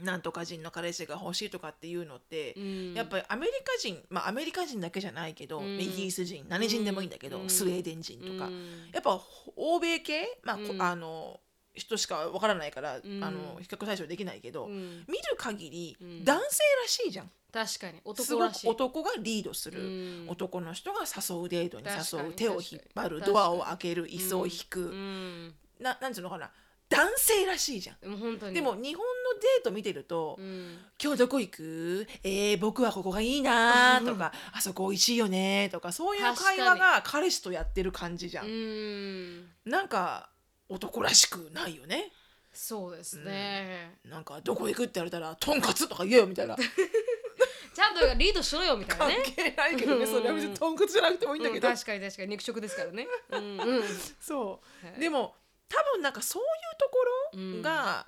S2: なんとか人の彼氏が欲しいとかっていうのって、
S1: うん
S2: やっぱりアメリカ人まあアメリカ人だけじゃないけど、
S1: うん
S2: イギリス人何人でもいいんだけど、
S1: うん
S2: スウェーデン人とか、
S1: うん
S2: やっぱ欧米系、まあこ
S1: うん
S2: あの人しかわからないから、
S1: うん
S2: あの比較対象できないけど、
S1: うん
S2: 見る限り、
S1: うん
S2: 男性らしいじゃん
S1: 確かに
S2: す
S1: 男
S2: ご
S1: ら
S2: く
S1: しい
S2: 男がリードする、
S1: うん
S2: 男の人が誘うデートに
S1: 確か
S2: 誘う
S1: に
S2: 手を
S1: 確か
S2: 引
S1: に
S2: っ張る
S1: 確かに
S2: ドアを開ける椅子を引く、
S1: うん
S2: ななんていうのかな男性らしいじゃん。
S1: でも本当に
S2: でも日本のデート見てると、
S1: うん
S2: 今日どこ行くえー、僕はここがいいなーとか、あそこ美味しいよねーとかそういう会話
S1: 確
S2: が彼氏とやってる感じじゃ、
S1: うんん
S2: なんか男らしくないよね
S1: そうですね、
S2: なんかどこ行くって言われたらとんかつとか言えよみたいな
S1: ちゃんとリードしろよみたいな
S2: 関
S1: ね
S2: 係ないけどねそれは別にとんかつじゃなくてもいいんだ
S1: う
S2: け
S1: ん
S2: ど、
S1: 確かに確かに肉食ですからね、う んうん
S2: そう
S1: はい
S2: でも多分なんかそういうところが、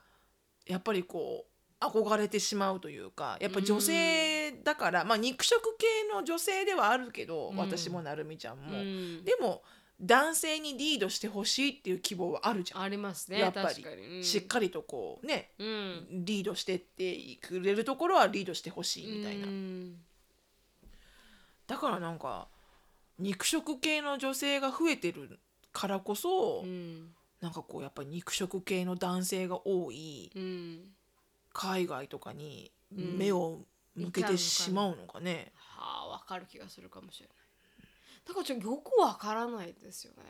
S2: やっぱりこう憧れてしまうというかやっぱ女性だから、まあ肉食系の女性ではあるけど、
S1: うん
S2: 私もなるみちゃんも、
S1: うん
S2: でも男性にリードしてほしいっていう希望はあるじゃん、
S1: ありますね
S2: やっぱ
S1: 確
S2: り
S1: かに、うん、
S2: しっかりとこうね
S1: うん
S2: リードしてってくれるところはリードしてほしいみたいな、
S1: うん
S2: だからなんか肉食系の女性が増えてるからこそ、
S1: うん
S2: なんかこうやっぱり肉食系の男性が多い
S1: うん
S2: 海外とかに
S1: うん
S2: 目を向けてしまうのかね、
S1: はあわかる気がするかもしれないだからちょっとよくわからないですよね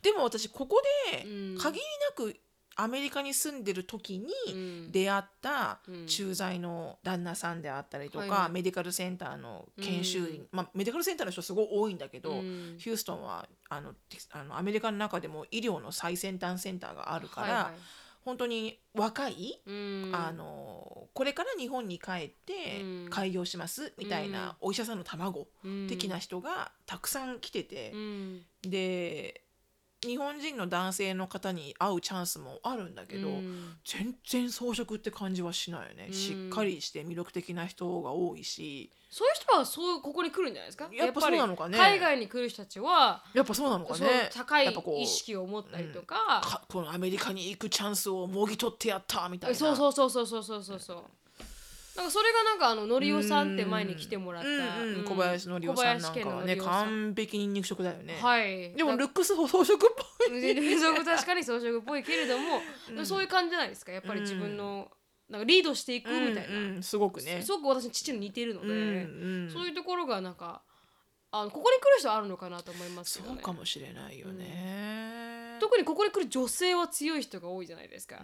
S2: でも私ここで
S1: うん
S2: 限りなくアメリカに住んでる時に
S1: うん
S2: 出会った
S1: うん
S2: 駐在の旦那さんであったりとか、
S1: はいはい
S2: メディカルセンターの研修員、
S1: うん
S2: まあ、メディカルセンターの人すごい多いんだけど、
S1: うん
S2: ヒューストンはあのテキあのアメリカの中でも医療の最先端センターがあるから、
S1: はいはい
S2: 本当に若い
S1: うん
S2: あのこれから日本に帰って
S1: うん
S2: 開業しますみたいなお医者さんの卵的な人がたくさん来てて
S1: う、ん
S2: で日本人の男性の方に会うチャンスもあるんだけど、
S1: うん
S2: 全然装飾って感じはしないよね、
S1: うん
S2: しっかりして魅力的な人が多いし
S1: そういう人はそうここに来るんじゃないですか
S2: やっぱそうなのかね
S1: やっぱり海外に来る人たちは
S2: やっぱそうなのか
S1: そう
S2: ね
S1: 高
S2: や
S1: い
S2: っぱこう
S1: 意識を持ったりとか,、
S2: かこのアメリカに行くチャンスをもぎ取ってやったみたいな
S1: そうそうそうそうそうそうそうそうなんかそれがなんかあののりおさんって前に来てもらった、
S2: うんうん
S1: うん
S2: 小林のりおさんなんかはね
S1: 小林家のりおさん
S2: 完璧に肉食だよね、
S1: はい
S2: でも
S1: なん
S2: ル
S1: か
S2: ックス装飾っぽい
S1: うんそう確かに装飾っぽいけれども、でもそういう感じじゃないですかやっぱり自分のなんかリードしていくみたいな、
S2: うんうんすごくね
S1: すごく私の父に似てるので、
S2: うんうん
S1: そういうところがなんかあのここに来る人はあるのかなと思います
S2: そ
S1: けど
S2: う
S1: ね
S2: かもしれないよね、
S1: 特にここに来る女性は強い人が多いじゃないですか、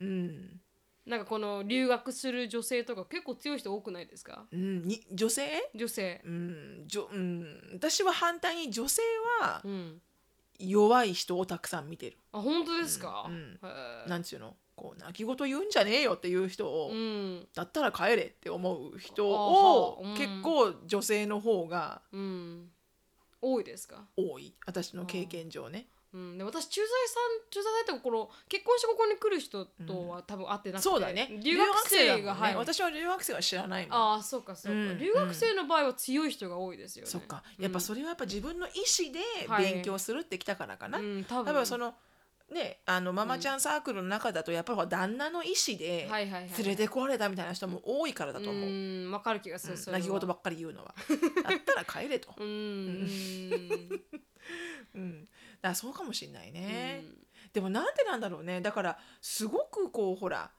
S2: うん
S1: なんかこの留学する女性とか結構強い人多くないですか
S2: うん、に女性、
S1: 女性
S2: うんじょうん、私は反対に女性は
S1: うん
S2: 弱い人をたくさん見てる
S1: あ本当ですか、
S2: うん
S1: へー
S2: なんていうのこう泣き言言うんじゃねえよっていう人を、
S1: うん
S2: だったら帰れって思う人
S1: あ
S2: を
S1: ーはーうん
S2: 結構女性の方が
S1: うん多いですか、
S2: 多い私の経験上ね
S1: うん、で私駐在さん駐在さんって頃結婚してここに来る人とは多分会ってなくて、
S2: そうだね
S1: 留学
S2: 留
S1: 生が
S2: だもんね
S1: はい
S2: 私は留学生は知らないもん
S1: ああそうかそうか、
S2: うん
S1: 留学生の場合は強い人が多いですよね、
S2: そっかやっぱそれはやっぱ自分の意思で
S1: はい
S2: 勉強するってきたからかな、
S1: うん、多
S2: 多分そ
S1: の
S2: のねあのママちゃんサークルの中だとやっぱりほら旦那の意思で
S1: はいはいはい
S2: 連れてこられたみたいな人も多いからだと思う、うん
S1: んわかる気がする、それは
S2: 泣き言ばっかり言うの はだったら帰れと、
S1: うんうん
S2: うん、だからそうかもしんないね、
S1: うん
S2: でもなんでなんだろうねだからすごくこうほら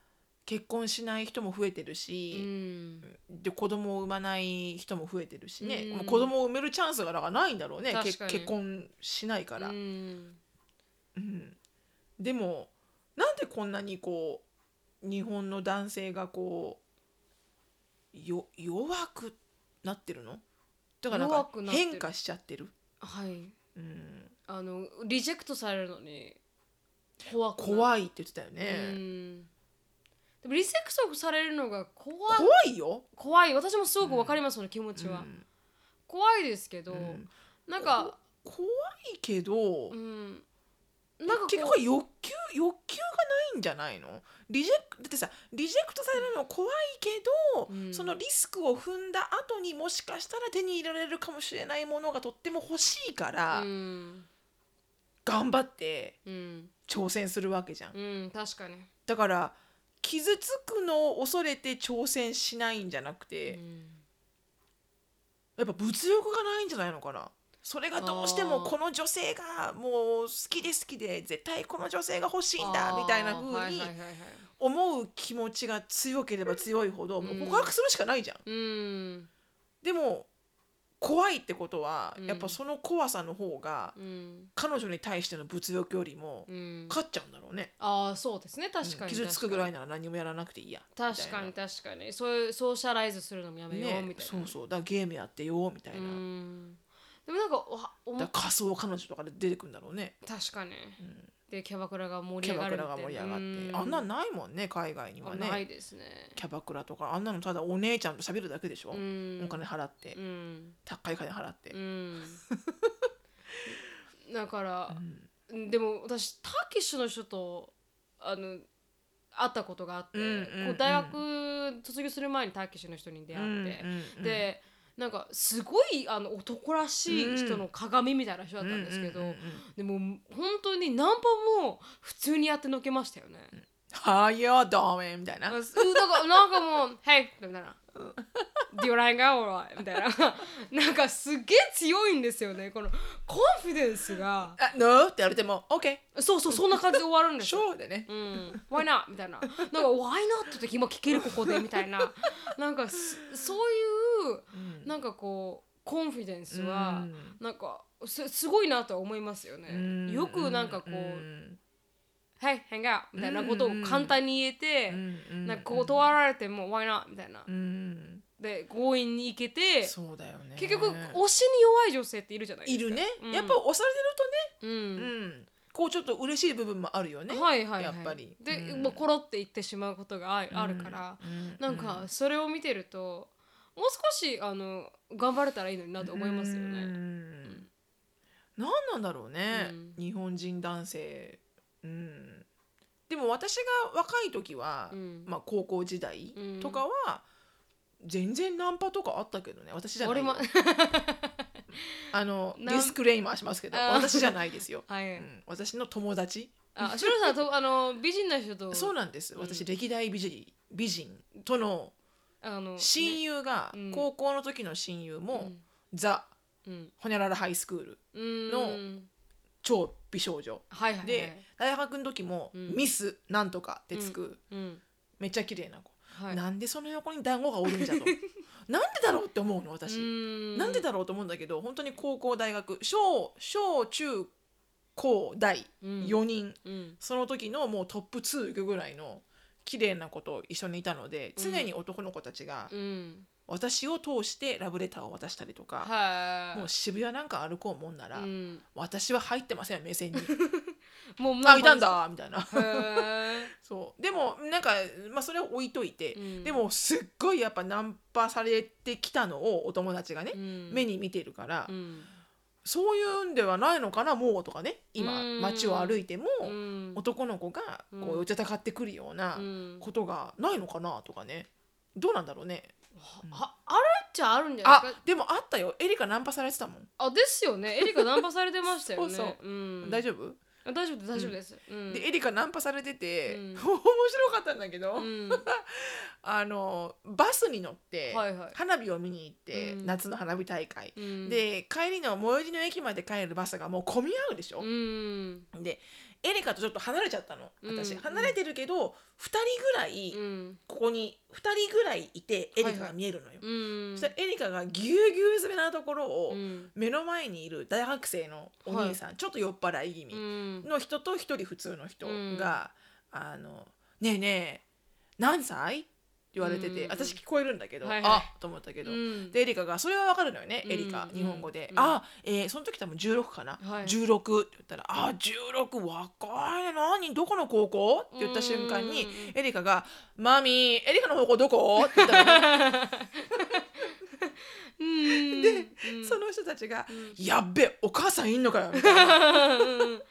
S2: 結婚しない人も増えてる
S1: う
S2: し、
S1: ん
S2: で子供を産まない人も増えてるしね、
S1: うん
S2: もう子供を産めるチャンスがだからないんだろうねけ
S1: 確かに
S2: 結婚しないから、
S1: う
S2: うん
S1: ん
S2: でもなんでこんなにこう日本の男性がこうよ弱くなってるのだからなん
S1: 弱
S2: か
S1: くなってる
S2: 変化しちゃってる、
S1: はい
S2: うん、
S1: あのリジェクトされるのに怖くなる
S2: 怖いって言ってたよ
S1: う
S2: ね、
S1: んでもリセクトされるのが怖い
S2: 怖いよ、
S1: 怖い私もすごくわかります、その気持ちは、
S2: うん
S1: 怖いですけど、
S2: うん
S1: なんか
S2: 怖いけど、
S1: うんなんかこう
S2: 結局は欲求欲求がないんじゃないのリジェクだってさリジェクトされるの怖いけど、
S1: うん
S2: そのリスクを踏んだ後にもしかしたら手に入れられるかもしれないものがとっても欲しいから、
S1: うん
S2: 頑張って
S1: うん
S2: 挑戦するわけじゃん、
S1: うん確かに、
S2: だから傷つくのを恐れて挑戦しないんじゃなくて、
S1: うん
S2: やっぱ物欲がないんじゃないのかなそれがどうしても
S1: あー
S2: この女性がもう好きで好きで絶対この女性が欲しいんだみたいな風に、
S1: あーはいはいはいはい
S2: 思う気持ちが強ければ強いほど、もううん告白するしかないじゃん。
S1: うん
S2: でも怖いってことは、
S1: うん
S2: やっぱその怖さの方が
S1: うん
S2: 彼女に対しての物欲よりも
S1: うん
S2: 勝っちゃうんだろうね。
S1: ああそうですね確かに、
S2: うん傷つくぐらい
S1: な
S2: なら何もやらなくていいや。
S1: 確かに
S2: み
S1: 確かにそういうソーシャライズするのもや
S2: た
S1: め
S2: い
S1: よ
S2: な
S1: う
S2: ね
S1: みたいな、
S2: そうそうだからゲームやってよみたいな。
S1: うんでもなんかわおも
S2: だから仮想彼女とかで出てくるんだろうね。
S1: 確かに
S2: うん、
S1: でキャバクラが盛
S2: キ
S1: り
S2: ャ
S1: 上が
S2: バ
S1: る
S2: ク
S1: み
S2: ラ
S1: た
S2: が
S1: い
S2: 盛り上がって、
S1: うん
S2: あんなのないもんね海外には
S1: あない
S2: ね。
S1: ですね
S2: キャバクラとかあんなのただお姉ちゃんと喋るだけでしょ。
S1: うん
S2: お金払って、
S1: うん
S2: 高い金払って。
S1: うんだから
S2: うん
S1: でも私ターキッシュの人とあの会ったことがあって、
S2: うんうんうん
S1: こう大学卒業する前にターキッシュの人に出会って、
S2: うんうんうん、
S1: でなんかすごいあの男らしい人の鏡みたいな人だったんですけど、
S2: うううん
S1: でも本当にナンパも普通にやってのけましたよね。
S2: はやダメみたいな
S1: あすだから なんかもう「Hey!」みたいな「Do you like that or what?」みたいななんかすっげえ強いんですよねこのコンフィデンスが
S2: あ No って言われても OK
S1: そうそうそんな感じで終わるんですよ
S2: Sure でね
S1: うん、Why not? みたいななんか Why not? って今聞けるここでみたいななんかすそういうなんかこうコンフィデンスは
S2: うん
S1: なんかすすごいなとは思いますよ
S2: うん
S1: ねよくなんかこう
S2: うん
S1: 「はい変顔」みたいなことを簡単に言えて
S2: うん
S1: なんか断られても「Why not?」みたいな
S2: うん
S1: で強引に行けて
S2: そうだよね
S1: 結局推しに弱い女性っているじゃないで
S2: い
S1: すか
S2: るね
S1: うん
S2: やっぱ押さ
S1: う
S2: れてる
S1: ん
S2: とねうんこうちょっと嬉しい部分もあるよね
S1: はいはいはい
S2: やっぱり
S1: で
S2: うん
S1: もうコロって行ってしまうことがああるから
S2: うん
S1: なんかそれを見てるともう少しあの頑張れたらいいのになと思いますよ
S2: う
S1: ね。
S2: ん何なんだろうね
S1: うん
S2: 日本人男性うんでも私が若い時は
S1: うん
S2: まあ、高校時代
S1: うん
S2: とかは、全然ナンパとかあったけどね私じゃない
S1: 俺
S2: よ
S1: も
S2: あの
S1: ナン
S2: ディスクレイマーしますけど
S1: あー
S2: 私じゃないです よ、
S1: は
S2: う
S1: い、
S2: ん、私の友達
S1: あ白さんとあの美人な人と
S2: そうなんです
S1: うん
S2: 私、歴代美人美人との
S1: あの
S2: 親友が、
S1: ねうん
S2: 高校の時の親友も、
S1: ね
S2: ザ・
S1: うん
S2: ホニャララハイスクール
S1: うん
S2: の
S1: うん
S2: 超美少女
S1: はいはいはい、
S2: で、大学の時も、
S1: うん
S2: ミスなんとかってつく、
S1: うん
S2: めっちゃ綺麗な子、
S1: はい、
S2: なんでその横に団子がおるんじゃ となんでだろうって思うの私、
S1: うん
S2: なんでだろうと思うんだけど本当に高校大学小小中高大
S1: うん
S2: 4人、
S1: うん
S2: その時のもうトップ2行くぐらいの綺麗な子と一緒にいたので
S1: うん
S2: 常に男の子たちが
S1: うん
S2: 私を通してラブレターを渡したりとか、
S1: はい
S2: もう渋谷なんか歩こうもんなら、
S1: うん
S2: 私は入ってません目線に
S1: もう ま
S2: あ
S1: あ
S2: いたんだみたいな
S1: へー
S2: そうでもなんか、まあ、それを置いといて、
S1: うん
S2: でもすっごいやっぱナンパされてきたのをお友達がね、
S1: うん
S2: 目に見てるから、
S1: うん
S2: そういうんではないのかなもうとかね今
S1: うん
S2: 街を歩いても、
S1: うん
S2: 男の子がこ
S1: う
S2: うんお茶たかってくるような
S1: うん
S2: ことがないのかなとかねどうなんだろうね
S1: ああるっちゃあるんじゃない
S2: あ
S1: ですか
S2: でもあったよエリカナンパされてたもん、
S1: あですよねエリカナンパされてましたよね
S2: そうそ
S1: うん
S2: 大丈夫、
S1: あ大丈夫です大丈夫ですうん
S2: でエリカナンパされてて、
S1: うん
S2: 面白かったんだけど、
S1: うん
S2: あのバスに乗って、
S1: はいはい
S2: 花火を見に行って、
S1: うん
S2: 夏の花火大会、
S1: うん
S2: で帰りの最寄りの駅まで帰るバスがもう混み合うでしょ、
S1: うん
S2: でエリカとちょっと離れちゃったの私、
S1: うん
S2: 離れてるけど2人ぐらい
S1: うん
S2: ここに2人ぐらいいてエリカが見えるのよ、
S1: う
S2: そ
S1: ん
S2: したらエリカがぎゅうぎゅう詰めなところを、
S1: うん
S2: 目の前にいる大学生のお兄さん、ちょっと酔っ払い気
S1: う
S2: 味
S1: ん
S2: の人と一人普通の人が「あのねえねえ何歳?」って言われてて、
S1: うん
S2: 私聞こえるんだけど「
S1: はいはい
S2: あと思ったけど、
S1: うん
S2: でエリカがそれはわかるのよね
S1: うん
S2: エリカ、日本語で「
S1: うん
S2: あえーその時多分16かな、
S1: はい
S2: 16」って言ったら「あ16若いね何どこの高校?」って言った瞬間に、
S1: う
S2: エリカが「マミーエリカの方向どこ?」って言ったら、
S1: うん
S2: で
S1: うん
S2: その人たちが
S1: うん
S2: 「やっべお母さんいんのかよ」みたい な。
S1: うん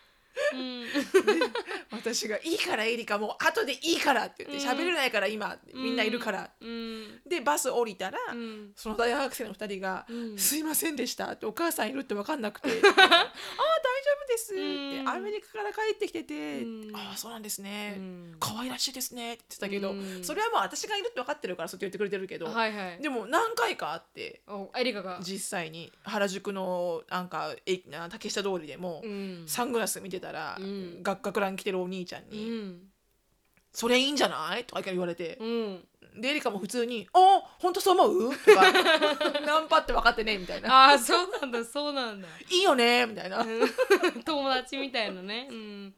S2: 私が「いいからエリカもう後でいいから」って言って「
S1: うん
S2: 喋れないから今みんないるから」
S1: うん
S2: でバス降りたら、
S1: うん
S2: その大学生の2人が「
S1: うん
S2: すいませんでした」って「お母さんいるって分かんなく て「ああ大丈夫です」って、
S1: うん
S2: アメリカから帰ってきてて「
S1: うん
S2: ああそうなんですね」
S1: うん
S2: 可愛らしいですね」って言ってたけど、
S1: うん
S2: それはもう私がいるって分かってるからそうやって言ってくれてるけど、
S1: はいはい
S2: でも何回かあって
S1: おエリカが
S2: 実際に原宿のなんかえな竹下通りでも、
S1: うん
S2: サングラス見てたら、
S1: うん
S2: 学学ラン着てるお兄ちゃん
S1: う
S2: に。
S1: ん
S2: それいいんじゃないとか言われて
S1: う、 ん
S2: でエリカも普通に「あ本当そう思う?」とか 「ナンパって分かってね」みたいな
S1: ああそうなんだそうなんだ
S2: 「いいよね」みたいな、
S1: 友達みたい なねうん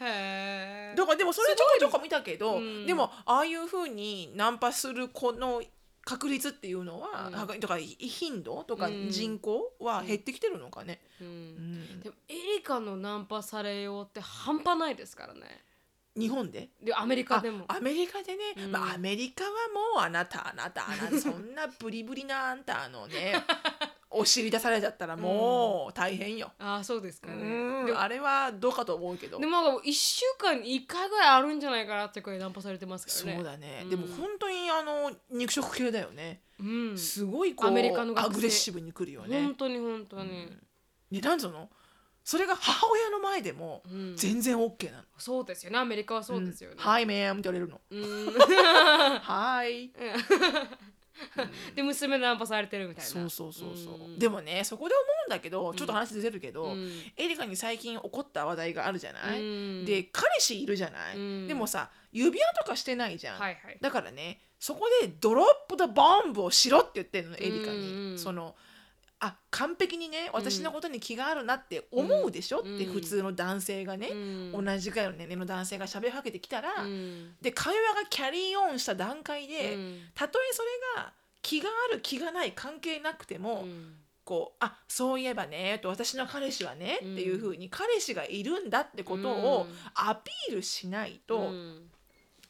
S1: へえ
S2: だからでもそれちょこちょこ見たけど、
S1: うん
S2: でもああいうふうにナンパする子の確率っていうのは、
S1: うん
S2: なんか、とか頻度とか
S1: うん
S2: 人口は減ってきてるのかね、
S1: う
S2: うんん
S1: でもエリカのナンパされようって半端ないですからね
S2: 日本で
S1: でアメリカでも
S2: あアメリカでね、
S1: うん
S2: まあ、アメリカはもうあなたあなたあな たそんなブリブリなあんたのねお尻出されちゃったらもう大変よ。
S1: ああそうですかね
S2: で
S1: で
S2: もあれはどうかと思うけど
S1: でもなんか1週間に1回ぐらいあるんじゃないかなってくらいナンパされてますからね
S2: そうだね、
S1: うん
S2: でも本当にあの肉食系だよね、
S1: うん
S2: すごいこう
S1: アメリカの学
S2: ア
S1: 生
S2: グレッシブに来るよね
S1: 本、当に本当に
S2: でなんつうのそれが母親の前でも
S1: うん
S2: 全然 OK なの、
S1: そうですよねアメリカはそうですよね
S2: はいメームって言われる の
S1: うん
S2: はい
S1: で娘ナンパされてるみたいな
S2: そうそうそうそう、
S1: ん
S2: でもねそこで思うんだけどちょっと話ずれるけど、
S1: うん
S2: エリカに最近起こった話題があるじゃない、
S1: うん
S2: で彼氏いるじゃない、
S1: うん
S2: でもさ指輪とかしてないじゃん、
S1: はいはい
S2: だからねそこで「ドロップ・ザ・ボンブ」をしろって言ってるのエリカに、
S1: うんうん
S2: そのあ完璧にね私のことに気があるなって思うでしょ、
S1: うん
S2: って普通の男性がね、
S1: うん
S2: 同じぐらいの年齢の男性が喋りかけてきたら、
S1: うん
S2: で会話がキャリーオンした段階で、
S1: うん
S2: たとえそれが気がある気がない関係なくても、
S1: うん
S2: こう「あそういえばね」と「私の彼氏はね」
S1: うん
S2: っていうふうに彼氏がいるんだってことを
S1: うん
S2: アピールしないと、
S1: うん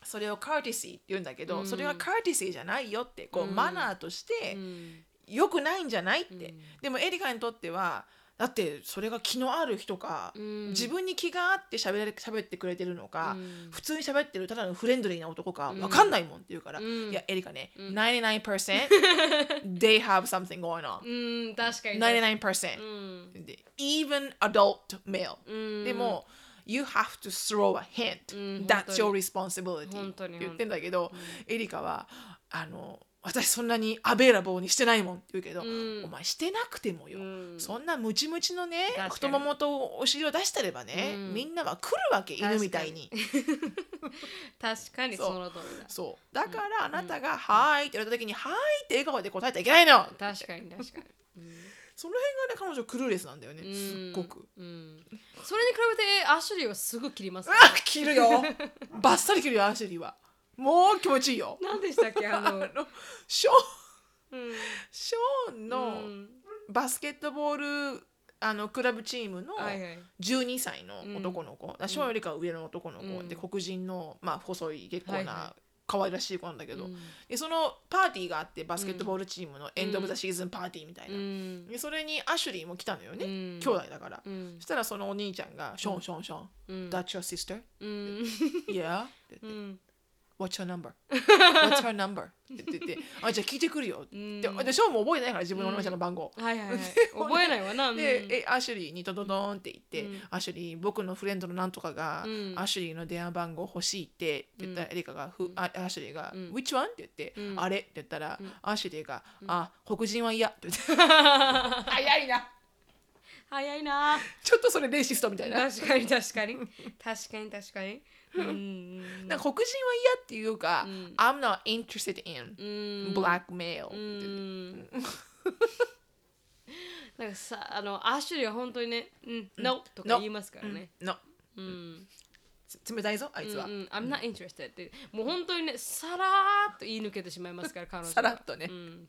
S2: それをカーティシーって言うんだけど、
S1: うん
S2: それはカーティシーじゃないよってこう、
S1: うん
S2: マナーとして
S1: うん
S2: 良くないんじゃないって、
S1: うん
S2: でもエリカにとってはだってそれが気のある人か、
S1: うん
S2: 自分に気があって喋れ喋ってくれてるのか、
S1: うん
S2: 普通に喋ってるただのフレンドリーな男か
S1: うん
S2: 分かんないもんって言うから、
S1: うん
S2: いやエリカね、
S1: うん
S2: 99% they have something going on、
S1: うん確かにう
S2: 99%、
S1: ん
S2: で even adult male、
S1: うん
S2: でも、You have to throw a hint.、
S1: うん
S2: That's your
S1: 本
S2: responsibility.
S1: 当に
S2: 言ってんだけど、エリカはあの私そんなにアベーラボーにしてないもんって言うけど、
S1: うん
S2: お前してなくてもよ。
S1: うん
S2: そんなムチムチのね
S1: 確かに
S2: 太ももとお尻を出してればね、
S1: うん
S2: みんなは来るわけ犬みたいに
S1: 確かに
S2: そう
S1: その通りだ
S2: そうだからあなたが「はーい」って言われた時に「はーい」って笑顔で答えちゃいけないの
S1: 確かに確かに
S2: その辺がね彼女クルーレスなんだよね、
S1: うん
S2: すっごく
S1: うんそれに比べてアシュリーはすぐ切ります
S2: う
S1: ね
S2: わ 切るよバッサリ切るよアシュリーはもう気持ちいいよ
S1: 何でしたっけあの
S2: あのショ
S1: うん
S2: ショーンの
S1: うん
S2: バスケットボールあのクラブチームの
S1: はいはい
S2: 12歳の男の子、だからショーンよりかは上の男の子、
S1: うん
S2: で黒人の、まあ、細い結構
S1: はいは
S2: な可愛らしい子なんだけど、
S1: うん
S2: でそのパーティーがあってバスケットボールチームのエンド・オブ・ザ・シーズンパーティーみたいな、
S1: うん
S2: でそれにアシュリーも来たのよね、
S1: う
S2: 兄
S1: ん
S2: 弟だから、
S1: うん
S2: そしたらそのお兄ちゃんが「ショーンショーンショーン、
S1: うん、
S2: That's your sister?
S1: うん
S2: Yeah? って
S1: う
S2: 言って
S1: ん
S2: What's your number? What's her number? って言ってあじゃあ聞いてくるよって、
S1: うん
S2: ででショーンも覚えてないから自分のお姉ちゃんの番号、
S1: は いはいはい覚えないわな
S2: で、
S1: うん
S2: えアシュリーにドドドーンって言って、
S1: うん
S2: アシュリー僕のフレンドのなんとかが、
S1: うん
S2: アシュリーの電話番号欲しいってって言ったら、エリカがふあアシュリーが、
S1: うん
S2: Which one? って言って、
S1: うん
S2: あれって言ったら、
S1: ん
S2: アシュリーが、あ黒人は嫌って言って 早いな
S1: 早いな
S2: ちょっとそれレイシストみたいな
S1: 確かに確かに確かに確かに うん
S2: なんか黒人は嫌っていうか、
S1: うん
S2: I'm not interested in
S1: うん
S2: black male って
S1: う
S2: 言って、
S1: んなんかさあのアシュリーは本当にね「うん、No」とか
S2: No
S1: 言いますからね
S2: No
S1: うん、うん
S2: つ冷たいぞあいつは、
S1: うん、I'm not interested ってもう本当にねさらーっと言い抜けてしまいますから彼女は
S2: さらっとね
S1: うん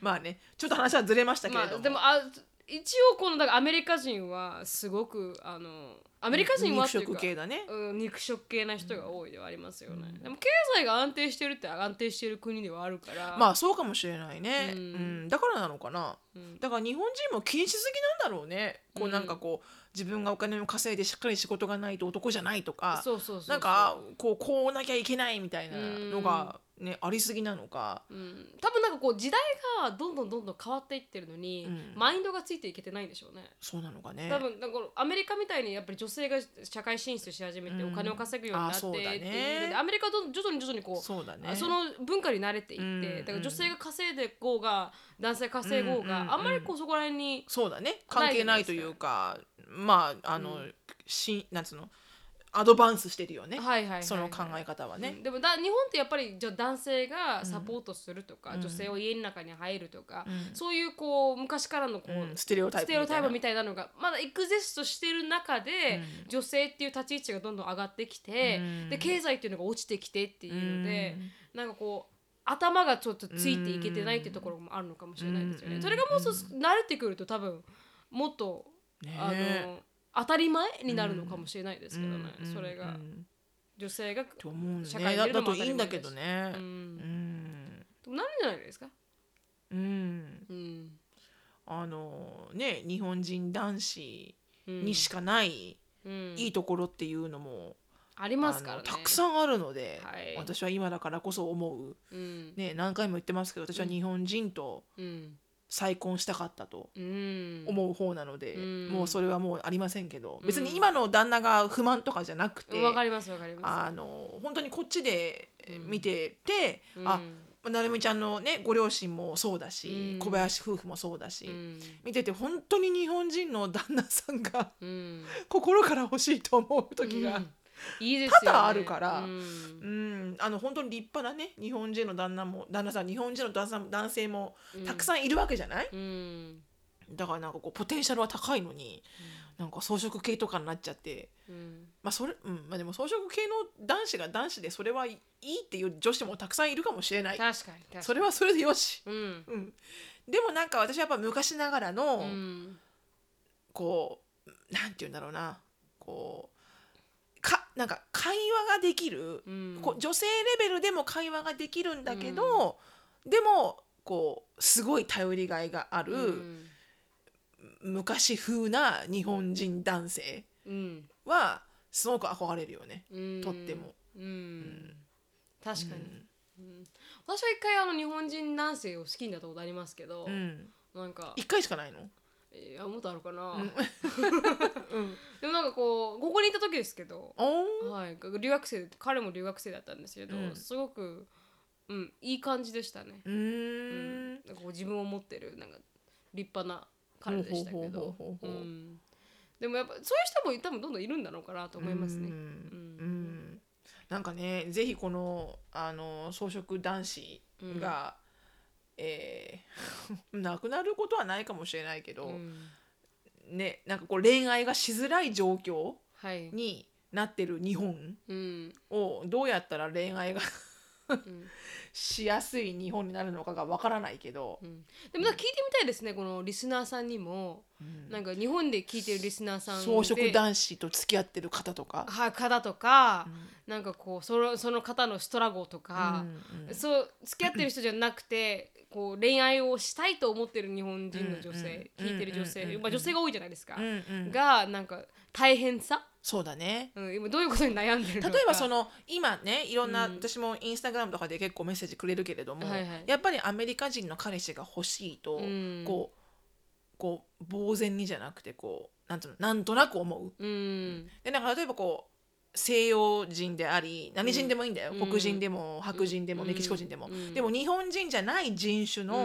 S2: まあねちょっと話はずれましたけれ
S1: ま
S2: ども,、
S1: あでもあ一応このだからアメリカ人はすごくあのアメリカ人は
S2: 肉
S1: っていう
S2: 食
S1: か
S2: 系だね、
S1: うん、肉食系な人が多いではありますよね、でも経済が安定してるって安定してる国ではあるから
S2: まあそうかもしれないね、
S1: う
S2: うんんだからなのかな、
S1: うん
S2: だから日本人も気にしすぎなんだろうねこ
S1: う
S2: うんなんかこう自分がお金を稼いでしっかり仕事がないと男じゃないとか
S1: そうそうそうそう
S2: なんかこうこうなきゃいけないみたいなのが、ねありすぎなのか、
S1: うん、多分なんかこう時代がどんどんどんどん変わっていってるのに、
S2: うん
S1: マインドがついていけてないんでしょうね
S2: そうなのかね
S1: 多分なんかこのアメリカみたいにやっぱり女性が社会進出し始めて
S2: う
S1: お
S2: ん
S1: 金を稼ぐようになってって
S2: あそうだね
S1: いうのでアメリカはどんどん徐々に徐々にこう
S2: そうだね
S1: あその文化に慣れていって、
S2: うん
S1: だから女性が稼いでこうが男性稼ごうが、
S2: うん
S1: あんまりこうそこら辺に、
S2: そうだね関係ないというかまああの、しなんつうのアドバンスしてるよね、
S1: はいはいはいはい
S2: その考え方はね
S1: う、んでもだ日本ってやっぱりじゃあ男性がサポートするとか、
S2: うん
S1: 女性を家の中に入るとか、
S2: うん
S1: そういうこう昔からのこう、
S2: うんステレオタイ
S1: ス
S2: プ
S1: テレオタイプみ
S2: み
S1: たいなのがまだエクゼストしてる中で、女性っていう立ち位置がどんどん上がってきて、
S2: うん
S1: で経済っていうのが落ちてきてっていうので、
S2: うん
S1: なんかこう頭がちょっとついていけてないっていうところもあるのかもしれないですよね。
S2: うん
S1: それがもうそう慣れてくると多分もっと、
S2: たい
S1: あ
S2: ね
S1: の当たり前になるのかもしれないですけどね、
S2: うんうん
S1: それ
S2: う
S1: が
S2: ん
S1: 女性が、
S2: と思うん
S1: 社
S2: だ
S1: 会
S2: ね
S1: に出
S2: だ
S1: るの
S2: だ
S1: も
S2: と
S1: 当た
S2: い
S1: り
S2: いんだ
S1: 前だ
S2: け
S1: し
S2: どね
S1: う、
S2: うんん
S1: なるんじゃないですか、
S2: うん
S1: うん
S2: あのね日本人男子
S1: うん
S2: にしかない
S1: うん
S2: いいところっていうのも、
S1: ありますか
S2: あ
S1: ら
S2: の
S1: ね。
S2: たくさんあるので、
S1: はい
S2: 私は今だからこそ思う
S1: うん
S2: ね何回も言ってますけど私は日本人と
S1: うん
S2: 再婚したかったと
S1: うん
S2: 思う方なので、
S1: うん
S2: もうそれはもうありませんけど、
S1: うん
S2: 別に今の旦那が不満とかじゃなくて、
S1: わかりますわかりま
S2: あの本当にこっちで見てて、
S1: す。
S2: あなるみちゃんのねご両親もそうだし、
S1: うん
S2: 小林夫婦もそうだし、
S1: うん
S2: 見てて本当に日本人の旦那さんが
S1: うん、
S2: 心から欲しいと思う時
S1: う
S2: が
S1: ん、いいですよ、ね、
S2: 多々あるから
S1: うん
S2: うん、あの本当に立派なね日本人の旦那も旦那さん日本人の旦那さん男性もたくさんいるわけじゃない、
S1: うん
S2: だからなんかこうポテンシャルは高いのに、なんか装飾系とかになっちゃって。
S1: うん
S2: まあそれうんまあ、でも装飾系の男子が男子でそれはいいっていう女子もたくさんいるかもしれない
S1: 確かに確かに
S2: それはそれでよし、
S1: うん
S2: うん、でもなんか私はやっぱ昔ながらの、
S1: うん
S2: こうなんて言うんだろうなこうかなんか会話ができる、
S1: うん
S2: こう女性レベルでも会話ができるんだけど、でもこうすごい頼りがいがある、
S1: うん
S2: 昔風な日本人男性
S1: うん
S2: はすごく憧れるよね。
S1: うん
S2: とっても
S1: うん、確かに、うん、私は一回あの日本人男性を好きになったことありますけど、
S2: うん、
S1: なんか
S2: 一回しかないの、
S1: いやもっとあるかな、
S2: うんうん、
S1: でもなんかこうここにいた時ですけど、
S2: おー
S1: はい、留学生彼も留学生だったんですけど、
S2: うん
S1: すごく、うん、いい感じでしたね
S2: うーん
S1: なんかこう自分を持ってるなんか立派な彼でしたけど
S2: ほうほうほうほうほう
S1: うんでもやっぱそういう人も多分どんどんいるんだろうかなと思いますね
S2: うんう
S1: ん
S2: んなんかねぜひこのあの装飾男子が、えー なくなることはないかもしれないけど、
S1: うん
S2: ねなんかこう恋愛がしづらい状況
S1: はい
S2: になってる日本
S1: うん
S2: をどうやったら恋愛が
S1: うん
S2: しやすい日本になるのかがわからないけど、
S1: うんでもなんか聞いてみたいですねこのリスナーさんにも
S2: うん
S1: なんか日本で聞いてるリスナーさんで
S2: 草食男子と付き合ってる方とか、
S1: は方とか
S2: う、ん
S1: なんかこうそのその方のストラゴとか、
S2: うんうん
S1: そう付き合ってる人じゃなくてこう恋愛をしたいと思ってる日本人の女性、
S2: うんうん
S1: 聞いてる女性、
S2: うんうんうん
S1: まあ、女性が多いじゃないですか、
S2: うんうん
S1: がなんか大変さ、
S2: そうだね
S1: うん、今どういうことに悩んでるの
S2: 例
S1: か
S2: えばその今ねいろんな、
S1: うん
S2: 私もインスタグラムとかで結構メッセージくれるけれども、
S1: はいはい
S2: やっぱりアメリカ人の彼氏が欲しいと、
S1: うん
S2: こうこう呆然にじゃなくてこうなんていうのなんとなく思う。
S1: うん
S2: でなんか例えばこう西洋人であり何人でもいいんだよ、
S1: うん
S2: 黒人でも白人でも、
S1: うん
S2: メキシコ人でも、
S1: うん
S2: でも日本人じゃない人種の
S1: う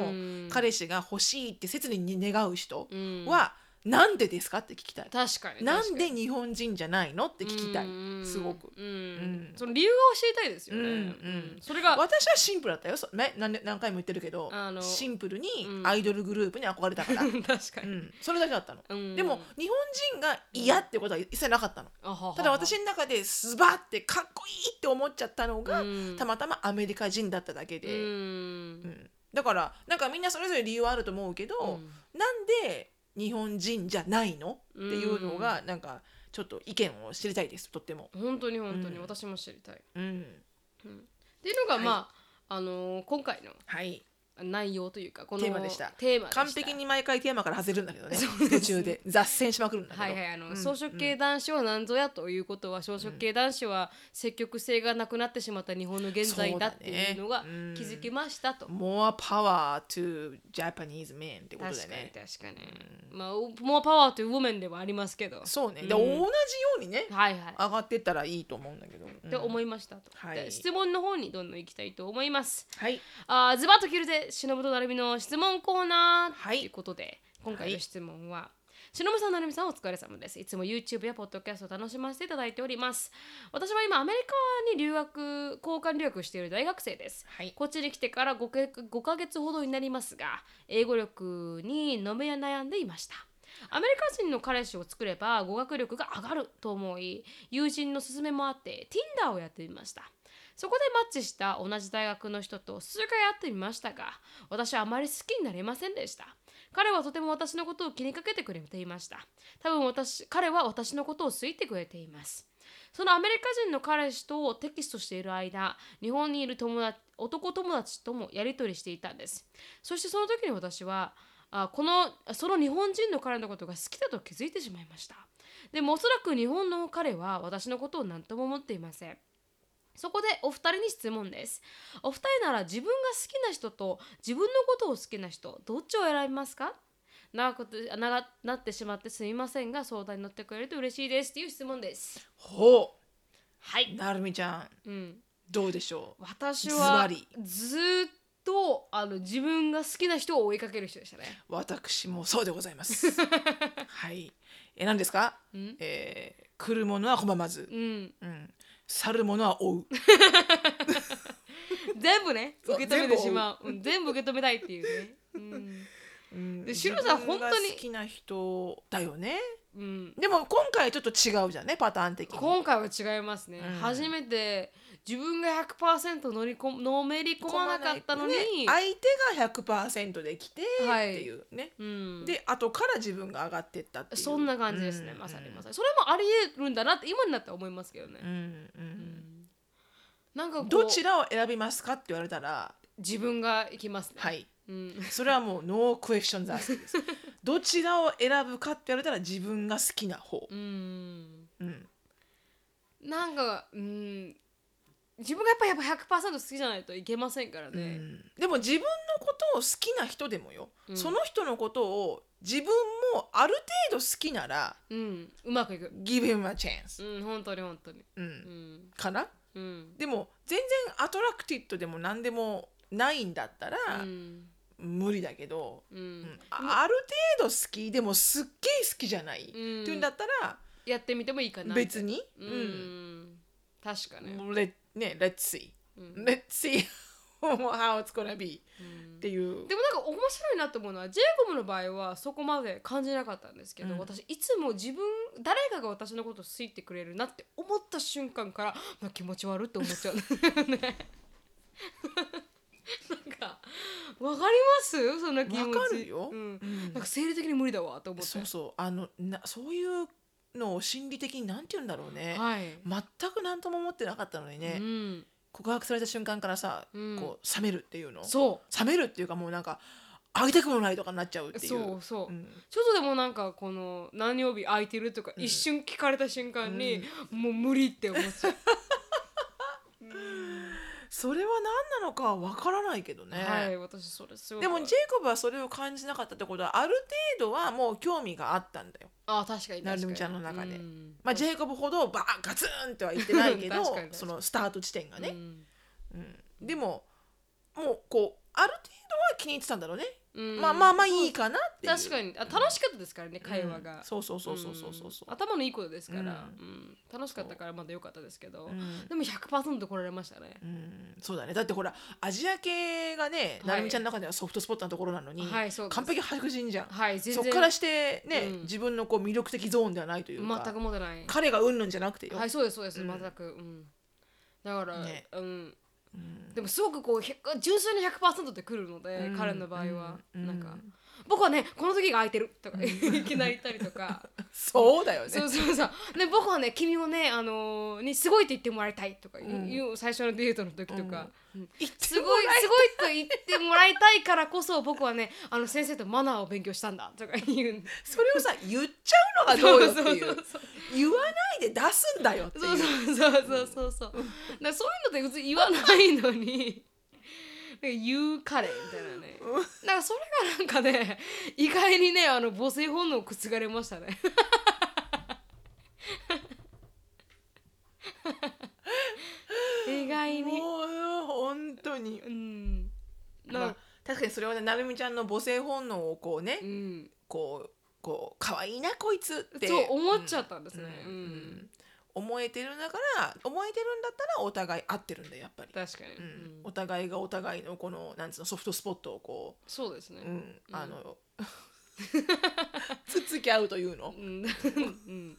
S1: ん
S2: 彼氏が欲しいって切に願う人
S1: うん
S2: は、なんでですかって聞きたい、
S1: 確かに
S2: なんで
S1: っ
S2: 日本人じゃないのって聞きたい、すごく
S1: うん
S2: うん
S1: その理由が教えたいですよね、
S2: うんうん
S1: それが
S2: 私はシンプルだったよそ、ね、何何回も言ってるけど
S1: あの
S2: シンプルに
S1: うん
S2: アイドルグループに憧れたから、
S1: 確か
S2: う
S1: に、
S2: んそれだけだったの、
S1: うん
S2: でも日本人が嫌ってことは一切なかったの、
S1: あははは
S2: ただ私の中でスバってかっこいいって思っちゃったのが、
S1: うん
S2: たまたまアメリカ人だっただけ
S1: う
S2: で、うんんだからなんかみんなそれぞれ理由はあると思うけど、なんで日本人じゃないのっていうのがなんかちょっと意見を知りたいですとっても。
S1: 本当に本当に、
S2: うん
S1: 私も知りたい。
S2: うん、
S1: っていうのが、
S2: はい
S1: まああのー今回の
S2: はい
S1: 内容というかこの
S2: テーマでした
S1: テーマでした
S2: 完璧に毎回テーマから外れるんだけどね
S1: そうですね
S2: 途中で雑誌しまくるんだけど。
S1: はいはいあの、
S2: うん
S1: 草食系男子は何ぞやということは草食系男子は積極性がなくなってしまった日本の現在だっていうのが
S2: そうだねうん
S1: 気づきましたと。
S2: More power to Japanese men ってことだ
S1: 確
S2: よ
S1: かに
S2: ね。
S1: 確かに、まあもうパワーというウォメンではありますけどは
S2: そうね、で
S1: うん
S2: 同じようにね
S1: いはい
S2: 上がってったらいいと思うんだけど。
S1: って
S2: うん
S1: 思いましたと、
S2: はい
S1: で質問の方にどんどんいきたいと思います
S2: はい
S1: あーズバッと切るぜ忍となるみの質問コーナーと、
S2: はい
S1: い、うことで今回の質問は、しの忍さんなるみさんお疲れ様ですいつも YouTube や Podcast を楽しませていただいております私は今アメリカに留学交換留学している大学生です
S2: はい
S1: こっちに来てから 5, け5ヶ月ほどになりますが英語力にのめ悩んでいましたアメリカ人の彼氏を作れば語学力が上がると思い友人の勧めもあって Tinder をやってみましたそこでマッチした同じ大学の人と数回会ってみましたが私はあまり好きになれませんでした彼はとても私のことを気にかけてくれていました多分私彼は私のことを好いてくれていますそのアメリカ人の彼氏とテキストしている間日本にいる友達男友達ともやり取りしていたんですそしてその時に私はあこのその日本人の彼のことが好きだと気づいてしまいましたでもおそらく日本の彼は私のことを何とも思っていませんそこでお二人に質問ですお二人なら自分が好きな人と自分のことを好きな人どっちを選びますか長くて長なってしまってすみませんが相談に乗ってくれると嬉しいですっていう質問です
S2: ほ
S1: は
S2: う
S1: い、
S2: なるみちゃん
S1: うん、
S2: どうでしょう
S1: 私
S2: ズバ
S1: は
S2: リ
S1: ずーっとあの自分が好きな人を追いかける人でしたね
S2: 私もそうでござい ます。はい。え、何ですか
S1: うん、
S2: えー、来るものは拒まず
S1: う、ん、
S2: うん、去るものは追う。
S1: 全部ね
S2: そう
S1: 受け止めてしまううん全部受け止めたいっ ていうねうん、
S2: うん
S1: でシロさん
S2: 自分が
S1: 本当に
S2: 好きな人だよね。
S1: うん、
S2: でも今回ちょっと違うじゃんね、パターン的に。
S1: 今回は違いますね、
S2: うん
S1: 初めて自分が100%乗りこのめり込まなかったのに、
S2: ね相手が100%できてっていうね。
S1: うん、
S2: で、後から自分が上がってったっていう。
S1: そんな感じですね、
S2: うん
S1: まさにまさにそれもありえるんだなって今になって思いますけどね、
S2: うんう。
S1: うんんなんかこう
S2: どちらを選びますかって言われたら、
S1: 自分が行きますね、
S2: はい。
S1: うん、
S2: それはもうノークエスチョンズアス です。どちらを選ぶかって言われたら自分が好きな方
S1: う。ん
S2: うん。
S1: なんか、うん、自分がやっぱやっぱ100%好きじゃないといけませんから
S2: う
S1: ね。
S2: んでも自分のことを好きな人でもよ、
S1: うん
S2: その人のことを自分もある程度好きなら
S1: うん、うまくいく。
S2: give him a chance、
S1: うん、本当に本当に。
S2: うん
S1: うん、
S2: かな
S1: うん、
S2: でも全然アトラクティッドでも何でもないんだったら、
S1: うん、
S2: 無理だけど、
S1: う
S2: うん
S1: ん、
S2: あある程度好きでもすっげえ好きじゃない、って
S1: うん
S2: いうんだったら
S1: やってみてもいいかな。
S2: 別。に、
S1: う
S2: うん
S1: ん、確かね。
S2: レね Let's see
S1: うん、
S2: Let's see how it's gonna be
S1: うん
S2: っていう
S1: でもなんか面白いなと思うのは j コムの場合はそこまで感じなかったんですけ
S2: う
S1: ど、
S2: ん
S1: 私いつも自分誰かが私のことを好いてくれるなって思った瞬間から、まあ、気持ち悪いって思っちゃうなんかわかりますそんな気持ち
S2: わかるよ
S1: うん、
S2: うん
S1: なんか生理的に無理だわと思って
S2: そうそうあのなそういうのを心理的になんて言うんだろうね、
S1: はい、
S2: 全く何とも思ってなかったのにね、
S1: うん
S2: 告白された瞬間からさ、
S1: うん
S2: こう冷めるっていうの
S1: そ
S2: 冷めるっていうかもうなんか会いたくもないとかになっちゃうって
S1: う
S2: いう
S1: そうそう、
S2: うん
S1: ちょっとでもなんかこの何曜日空いてるとか
S2: うん
S1: 一瞬聞かれた瞬間に、もう無理って思っちゃう。
S2: それは何なのかわからないけどね、
S1: はい、私それすごい。
S2: でもジェイコブはそれを感じなかったってことはある程度はもう興味があったんだよ
S1: あ確かに確かに。
S2: なるみちゃんの中で
S1: うん
S2: まあ、ジェイコブほどバーンガツンとは言ってないけど
S1: 確かに確かに
S2: そのスタート地点がね、
S1: うん
S2: うんでももうこうある程度は気に入ってたんだろうね、
S1: うん
S2: まあまあまあ
S1: そう
S2: いいかなっていう
S1: 確かにあ楽しかったですからね会話
S2: うん
S1: が。
S2: そうそうそうそうそうそうそ
S1: ん頭のいいことですから、
S2: う
S1: うんん楽しかったからまだ良かったですけど、
S2: う、うん
S1: でも100%来られましたね。
S2: うんそうだねだってほらアジア系がね、
S1: い
S2: なるみちゃんの中ではソフトスポットなところなのに、
S1: はいそうです
S2: 完璧白人じゃん、
S1: はい全
S2: そ
S1: 然
S2: っからしてね、
S1: うん
S2: 自分のこう魅力的ゾーンではないというか
S1: 全く持てない。
S2: 彼がうんぬんじゃなくてよ、
S1: はいそうですそうです、
S2: うん
S1: 全く。うん、だから、
S2: ね
S1: うん
S2: うん
S1: でもすごくこう100純粋に100%でくるので、
S2: うん
S1: 彼の場合は、
S2: うん
S1: なんか僕はねこの時が空いてるとかいきなり言ったりと か
S2: そうだよね
S1: そうそうそう、ね、僕はね君をねあのーにすごいって言ってもらいたいとかいう、
S2: うん
S1: いう最初のデートの時とか、うん
S2: 言って
S1: すごいすごいと言ってもらいたいからこそ僕はねあの先生とマナーを勉強したんだとか言うん
S2: それをさ言っちゃうのがどうよってい
S1: そううそうそう
S2: 言わないで出すんだよってい
S1: そう
S2: う
S1: そうそうそうそうそうだからそういうのって別に言わないのになんか言う彼みたいなねだからそれがなんかね意外にねあの母性本能を覆れましたね意外に
S2: もう本当に、
S1: うんな、
S2: まあ、確かにそれはねなるみちゃんの母性本能をこうね、
S1: うん
S2: こうこう可愛いなこいつって
S1: そう思っちゃったんですね
S2: う
S1: うんん、
S2: うん思えてるんだから思えてるんだったらお互い合ってるんだよやっぱり、
S1: 確かに、
S2: うん
S1: う
S2: お
S1: ん
S2: 互いがお互いのこのなんつうのソフトスポットをこ
S1: そうですね
S2: う、うん、あの つっつき合うという の
S1: うん。うん。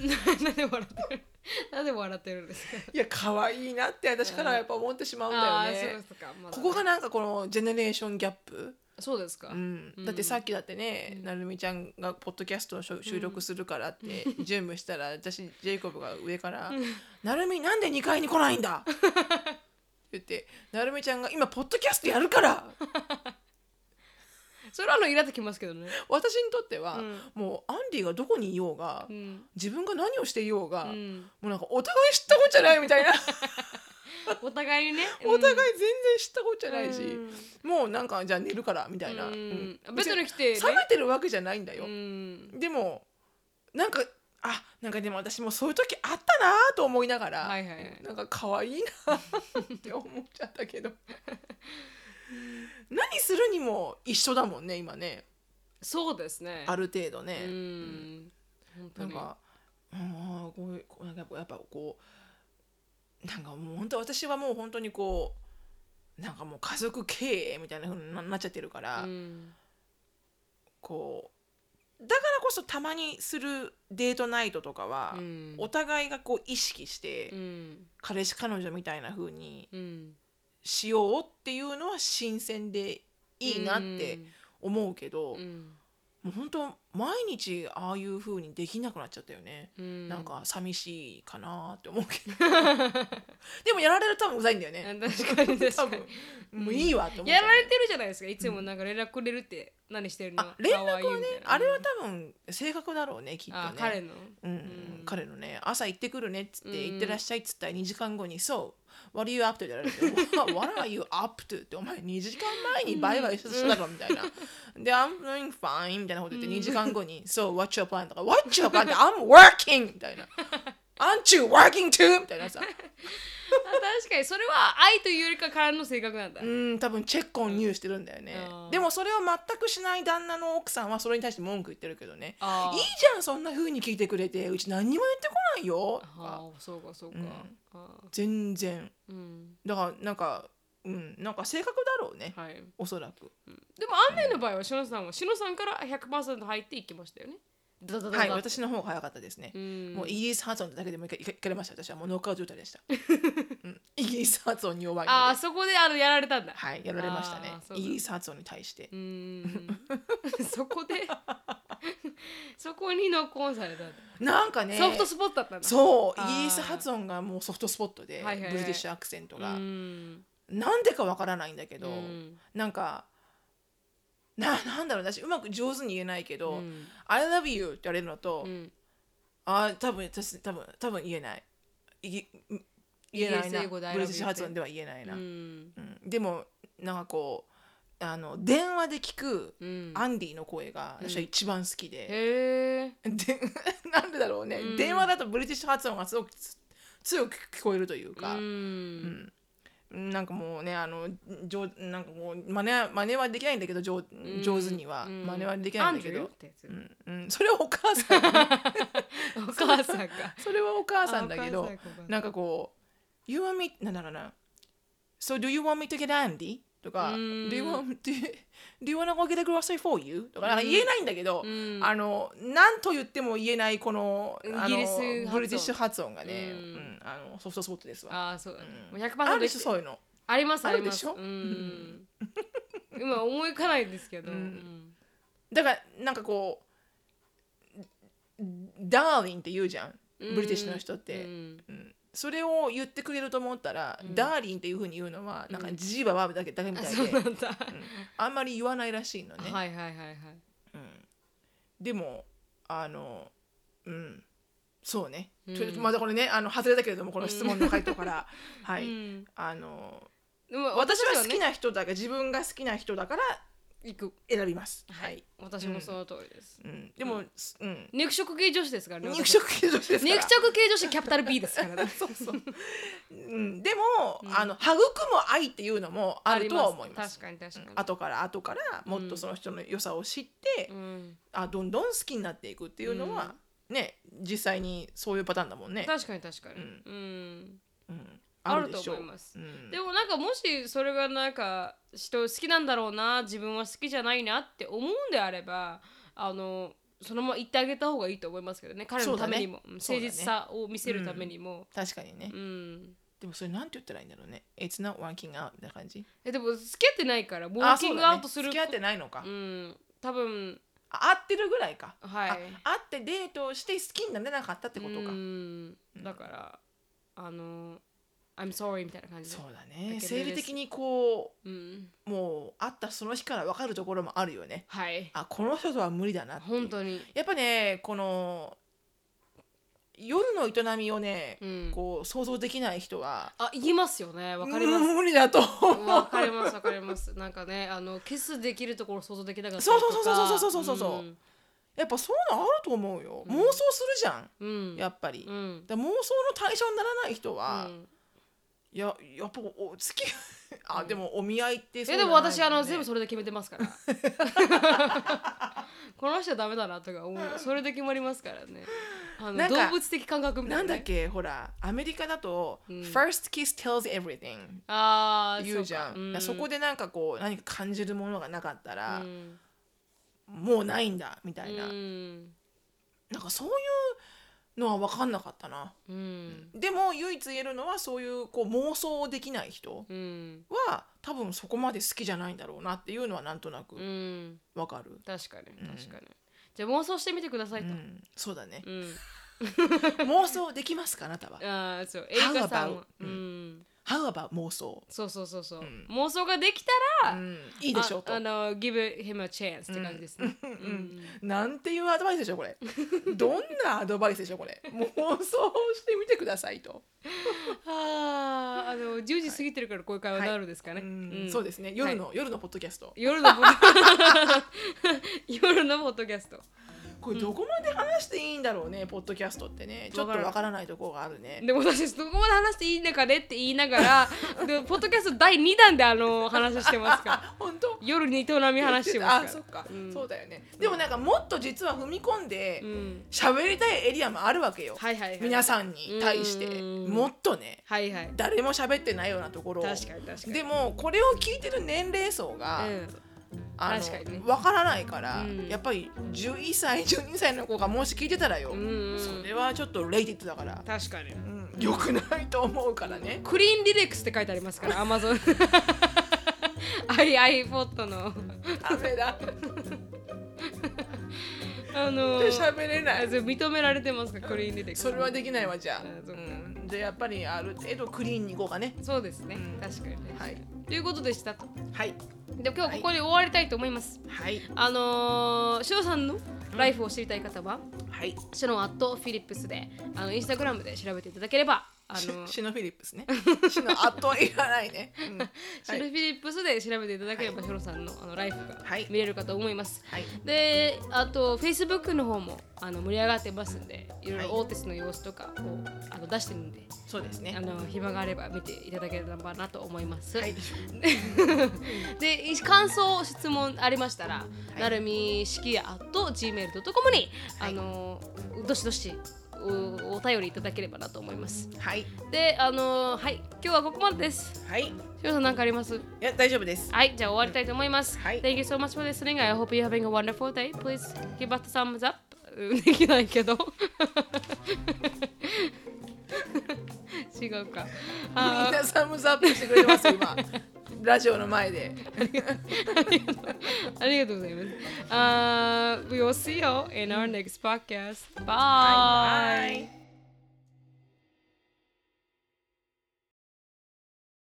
S1: ななんで笑ってる。なんで笑ってるんですか。
S2: いや可愛いなって私からはやっぱ思ってしまうんだ
S1: ああ
S2: よね
S1: ー、そう。ですか。まだ
S2: ここがなんかこのジェネレーションギャップ、
S1: そうですか。
S2: うん
S1: うん
S2: だってさっきだってね、
S1: うん
S2: なるみちゃんがポッドキャストをしょ収録するから って準備したら、私ジェイコブが上から「なるみなんで2階に来ないん だ! 」って言ってなるみちゃんが「今ポッドキャストやるから!
S1: それはあのイラってきますけどね。」
S2: 私にとっては、
S1: うん
S2: もうアンディがどこにいようが、
S1: うん。
S2: 自分が何をしていよう
S1: う
S2: が、も
S1: ん、
S2: うなんかお互い知ったことじゃないみ たいな
S1: お互いにね。
S2: お互い全
S1: い
S2: 然知ったことじゃないし、もうなんかじゃあ寝るからみたいな、
S1: うん
S2: うん
S1: ベッドに来てね
S2: 冷めてるわけじゃないんだよ
S1: う、ん。
S2: でもなんかあなんかでも私もそういう時あったなと思いながら、
S1: はいはいはい
S2: なんか可愛いなって思っちゃったけど何するにも一緒だもんね今ね
S1: そうですね。
S2: ある程度
S1: う
S2: ね、
S1: ん。本当
S2: なん
S1: に。
S2: かあーこういうこうなんかやっぱこうなんかもう本当私はもう本当にこうなんかもう家族経営みたいなふうにななっちゃってるから、
S1: うん。
S2: こうだからこそたまにするデートナイトとかは、
S1: うん
S2: お互いがこう意識して、
S1: うん。
S2: 彼氏彼女みたいな風に
S1: うん。
S2: しようっていうのは新鮮でいいなって思うけど、
S1: うん。
S2: もう本当毎日ああいう風にできなくなっちゃったよね、
S1: うん。
S2: なんか寂しいかなって思うけ ど でもやられると多分うざいんだよね
S1: うん。確かに確
S2: 多
S1: かに
S2: 分。もういいわって思っちゃ
S1: や
S2: う
S1: られてるじゃないですかいつもなんか連絡くれるって、何してるの
S2: あ連絡
S1: 可愛い
S2: は
S1: み
S2: ね
S1: たいな
S2: あれは多分性格だろうねきっとね
S1: あ 彼の
S2: うん
S1: うん
S2: 彼のね朝行ってくるねっつって、
S1: うん
S2: 行ってらっしゃいっつったら2時間後に「そう、What are you up to?」って言われて 「What are you up to?」ってお前2時間前にバイバイしたろみたいな。で「I'm doing fine」みたいなこと言って2時間後に「そう、What's your plan?」とか「What's your plan?」って「I'm working!」みたいな「Aren't you working too?」みたいなさ
S1: あ確かにそれは愛というよりかからの性格なんだ、
S2: うん多分チェックオンニューしてるんだよね
S1: うん
S2: でもそれを全くしない旦那の奥さんはそれに対して文句言ってるけどね「
S1: あー
S2: いいじゃんそんな風に聞いてくれてうち何にも言ってこないよ」とか
S1: ああそうかそうか、
S2: うん
S1: あー
S2: 全然
S1: うん
S2: だからなんかうんなんか性格だろうね、
S1: はい、
S2: おそらく
S1: でもアンネの場合はしのさんはしのさんから100%入っていきましたよねダダダダ
S2: はい、
S1: ダ
S2: 私の方が早かったですね
S1: う。ん
S2: もうイギリス発音だけでもいかいかれました。私はもうノックアウト状態 でした。うんイギリス発音に弱い
S1: あ
S2: の
S1: あ
S2: で。
S1: そこであのやられたんだ
S2: はい、やられましたね
S1: あーそう。だ
S2: イギリス発音に対して
S1: う。ーん そこ でそこにノックオンされたんだ
S2: なんかね、
S1: ソフトスポットだったんだ
S2: そう、
S1: あー
S2: イギリス発音がもうソフトスポットで、
S1: はいはいはい
S2: ブリティッシュアクセント
S1: う
S2: が。
S1: ーん
S2: なんでかわからないんだけ
S1: う
S2: ど、
S1: ん
S2: なんか、ななんだろう私うまく上手に言えないけど「
S1: うん
S2: I love you」って言われるのと、
S1: うん
S2: あー多分私多分多分言えないいぎ言えない
S1: イギリス
S2: な
S1: 英
S2: ブ
S1: 語
S2: リ
S1: で
S2: ティ
S1: I love you
S2: ッシュ発音では言えないうな、うん
S1: ん
S2: でもなんかこうあの電話で聞く
S1: うん
S2: アンディの声が私は一番好きで、
S1: へえ
S2: でなんでだろうね、
S1: うん
S2: 電話だとブリティッシュ発音がすごくつ強く聞こえるというか、
S1: うん
S2: うんなんかもうねあの上なんかもう真似は真似はできないんだけど上上手には、
S1: うん
S2: 真似はできないんだけ
S1: アン
S2: ど
S1: ドリューっ、てやつ
S2: うんうん、それはお母さん
S1: お母さんか
S2: それはお母
S1: お
S2: さんだけど
S1: 母さんか
S2: なんかこう「You want me」なんだろうな「So do you want me to get Andy?」とか「
S1: うん
S2: Do you want do you, do you wanna go get a grocery for you?」とかなんか言えないんだけど、
S1: うん
S2: あの何と言っても言えないこのあの
S1: イギリス発音
S2: ブリティッシュ発音がね、
S1: うん
S2: うんあのソフトスポットですわ。
S1: ああそうだね
S2: うん
S1: もう100%
S2: あるで
S1: で
S2: しょ
S1: す
S2: そういうの。
S1: あります
S2: あ
S1: あ
S2: る
S1: り
S2: で
S1: ま
S2: し
S1: す
S2: ょ
S1: うん今思い浮かないんですけど
S2: うん
S1: うん
S2: だからなんかこう「ダーリン」って言うじゃんブリティッシュの人っ
S1: う
S2: て、
S1: ん
S2: うんそれを言ってくれると思ったら「
S1: うん
S2: ダーリン」っていうふうに言うのはなんかジーババアだけだけみ
S1: あ
S2: たい
S1: そう
S2: で、
S1: なんだ
S2: あんまり言わないらしいのね、
S1: はいはいはいはい
S2: うんでもあのうんそうね、
S1: うん
S2: ちょっとまだこれねあの外れたけれどもこの質問の回答から、はい、
S1: うん
S2: あの
S1: でも
S2: 私
S1: 私
S2: は
S1: は
S2: 好
S1: 好
S2: き
S1: き
S2: な人だから自分が好きな人だから
S1: 行く
S2: 選びます、
S1: は
S2: はい
S1: い、私もその通りです
S2: うん、でも、うん
S1: 肉食系女子ですからね
S2: 肉
S1: 私
S2: 食系女子ですから
S1: 肉食系女子キャピタル B ですからね
S2: そう そう。うん、でも、あの育む愛っていうのもあるとは思います。
S1: 確かに確かに
S2: 後から後からもっとその人の良さを知って、
S1: うん
S2: あどんどん好きになっていくっていうのは、ね実際にそういうパターンだもんね。
S1: 確かに確かに
S2: うん
S1: うん
S2: うん、
S1: ある
S2: で
S1: と
S2: しょう
S1: 思います
S2: うん
S1: でもなんかもしそれがなんか人好きなんだろうな自分は好きじゃないなって思うんであればあのそのまま言ってあげた方がいいと思いますけどね彼のためにも、うん
S2: そうだ
S1: 誠
S2: ね
S1: 実さを見せるためにも、
S2: 確かにね、
S1: うん
S2: でもそれなんて言ったらいいんだろうね。It's not working out みたいな感じ。
S1: えでも付き合ってないからウォ
S2: あ
S1: ーキ
S2: そ
S1: ン
S2: う
S1: グ
S2: だね
S1: アウトする
S2: 付き合ってないのか。
S1: うん多分
S2: あ合ってるぐらいか。
S1: はい
S2: あ会ってデートをして好きになれなかったってことか。
S1: うんだからあの「I'm sorry」みたいな感じで
S2: そうだね。
S1: だけど
S2: 生理的にこう
S1: うん
S2: もう会ったその日から分かるところもあるよね
S1: はい
S2: あこの人とは無理だなっていう
S1: 本当に
S2: やっぱねこの夜の営みをね、
S1: うん
S2: こう想像できない人は
S1: あ言いますよねわかります
S2: 無理だと
S1: わかりますわかりますなんかねあのキスできるところ想像できなかったりと
S2: そう
S1: か
S2: そうそうそうそうそうそう
S1: うん
S2: やっぱそういうのあると思うよ、
S1: うん
S2: 妄想するじゃん
S1: うん
S2: やっぱり、
S1: うん
S2: だから妄想の対象にならない人は、
S1: うん
S2: いややっぱお付き合いあでもお見合いってそう
S1: え
S2: じ
S1: で
S2: ゃ
S1: も
S2: ない
S1: 私あの
S2: ね
S1: 全部それで決めてます からこの人はダメだなとか思うそれで決まりますからねあの
S2: なんか
S1: 動物的感覚みた
S2: ないん
S1: な、ね、
S2: だっけほらアメリカだと、
S1: うん
S2: first kiss tells everything
S1: ああ
S2: 言うじゃんそ,、こでなんかこう何か感じるものがなかった
S1: う
S2: ら、
S1: ん
S2: もうないんだみたいな、
S1: うん
S2: なんかそういうのは分かんなかったな
S1: うん
S2: でも唯一言えるのはそういうこう妄想できない人
S1: うん
S2: は多分そこまで好きじゃないんだろうなっていうのはなんとなく
S1: うん
S2: 分かる、
S1: 確かに確かに、じゃあ妄想してみてくださ
S2: う
S1: い
S2: ん
S1: と、
S2: そうだね
S1: うん
S2: 妄想できますかあなたは
S1: ああそうエリカさん
S2: How about-
S1: はう
S2: うん
S1: ん
S2: How about 妄想、
S1: そうそうそうそう、
S2: ん
S1: 妄想ができたら
S2: うんいいでしょうと
S1: ああの give him a chance って感じですね、うん
S2: なんていうアドバイスでしょう これどんなアドバイスでしょうこれ妄想をしてみてくださいと、
S1: あーあの10時過ぎてるからこういう会話になるんですかね、
S2: うんそうですすね夜の、夜のポッドキャスト
S1: 夜のポッ 夜のポッドキャスト
S2: これどこまで話していいんだろうね、ポッドキャストってねちょっと
S1: わからん
S2: わからないところがあるね
S1: でも私どこまで話していいのかねって言いながらでポッドキャスト第2弾であの話してますから
S2: あ本当
S1: 夜に営み話してますから
S2: あそっか、
S1: うん
S2: そうだよねでもなんかもっと実は踏み込んで
S1: うん
S2: 喋、りたいエリアもあるわけよ、
S1: はいはいはい
S2: 皆さんに対して
S1: うん
S2: もっとね
S1: はいはい
S2: 誰も喋ってないようなところを
S1: 確かに確かに
S2: でもこれを聞いてる年齢層が、
S1: うん
S2: あの
S1: 確かにね
S2: わからないから、
S1: うん
S2: やっぱり11歳12歳の子がもし聞いてたらよ、
S1: うん
S2: それはちょっとレイティッドだから、
S1: 確かに
S2: うん、よくないと思うからね
S1: クリーンリレックスって書いてありますからアマ ゾン iPod の
S2: ダメだ
S1: あのー
S2: 喋れな
S1: あ
S2: い
S1: それ認められてますかクリーンリレックス
S2: それはできないわじゃあ、
S1: あそっか
S2: うん、でやっぱりある程度クリーンにいこうかね
S1: そうですね、
S2: うん
S1: 確かにね、
S2: はい
S1: ということでしたと
S2: はい
S1: で今日ここで終わりたいと思います、
S2: はい
S1: あのー、しおさんのライフを知りたい方は、
S2: はい
S1: シノアットフィリップスであのインスタグラムで調べていただければあの
S2: シ
S1: シノフ
S2: シノフィリップス ねシノあといらないね、うん、 はい
S1: ィリップスで調べていただければ、シノさんのあのライフが
S2: はい
S1: 見れるかと思います、
S2: はい
S1: であと Facebook の方もあの盛り上がってますんでいろい
S2: はい
S1: ろオーティスの様子とかをあの出してるんで、
S2: そうです
S1: あ
S2: ね
S1: の暇があれば見ていただければなと思います、
S2: はい
S1: で感想質問ありましたら、なるみしきやと gmail.com に、
S2: はい
S1: あのどしどしおお便りいただければなと思います
S2: はい
S1: であのはい今日はここまでです
S2: はいい
S1: しおさん何かあります
S2: や大丈夫です
S1: はいじゃあ終わりたいと思います、
S2: はい
S1: Thank you so much for listening I hope you're having a wonderful day Please give us a thumbs up うんできないけど 違うか
S2: み
S1: あ
S2: んなサムズアップしてくれてます 今ラジオの前で
S1: ーありがとうございますあー We will see you in our next podcast Bye.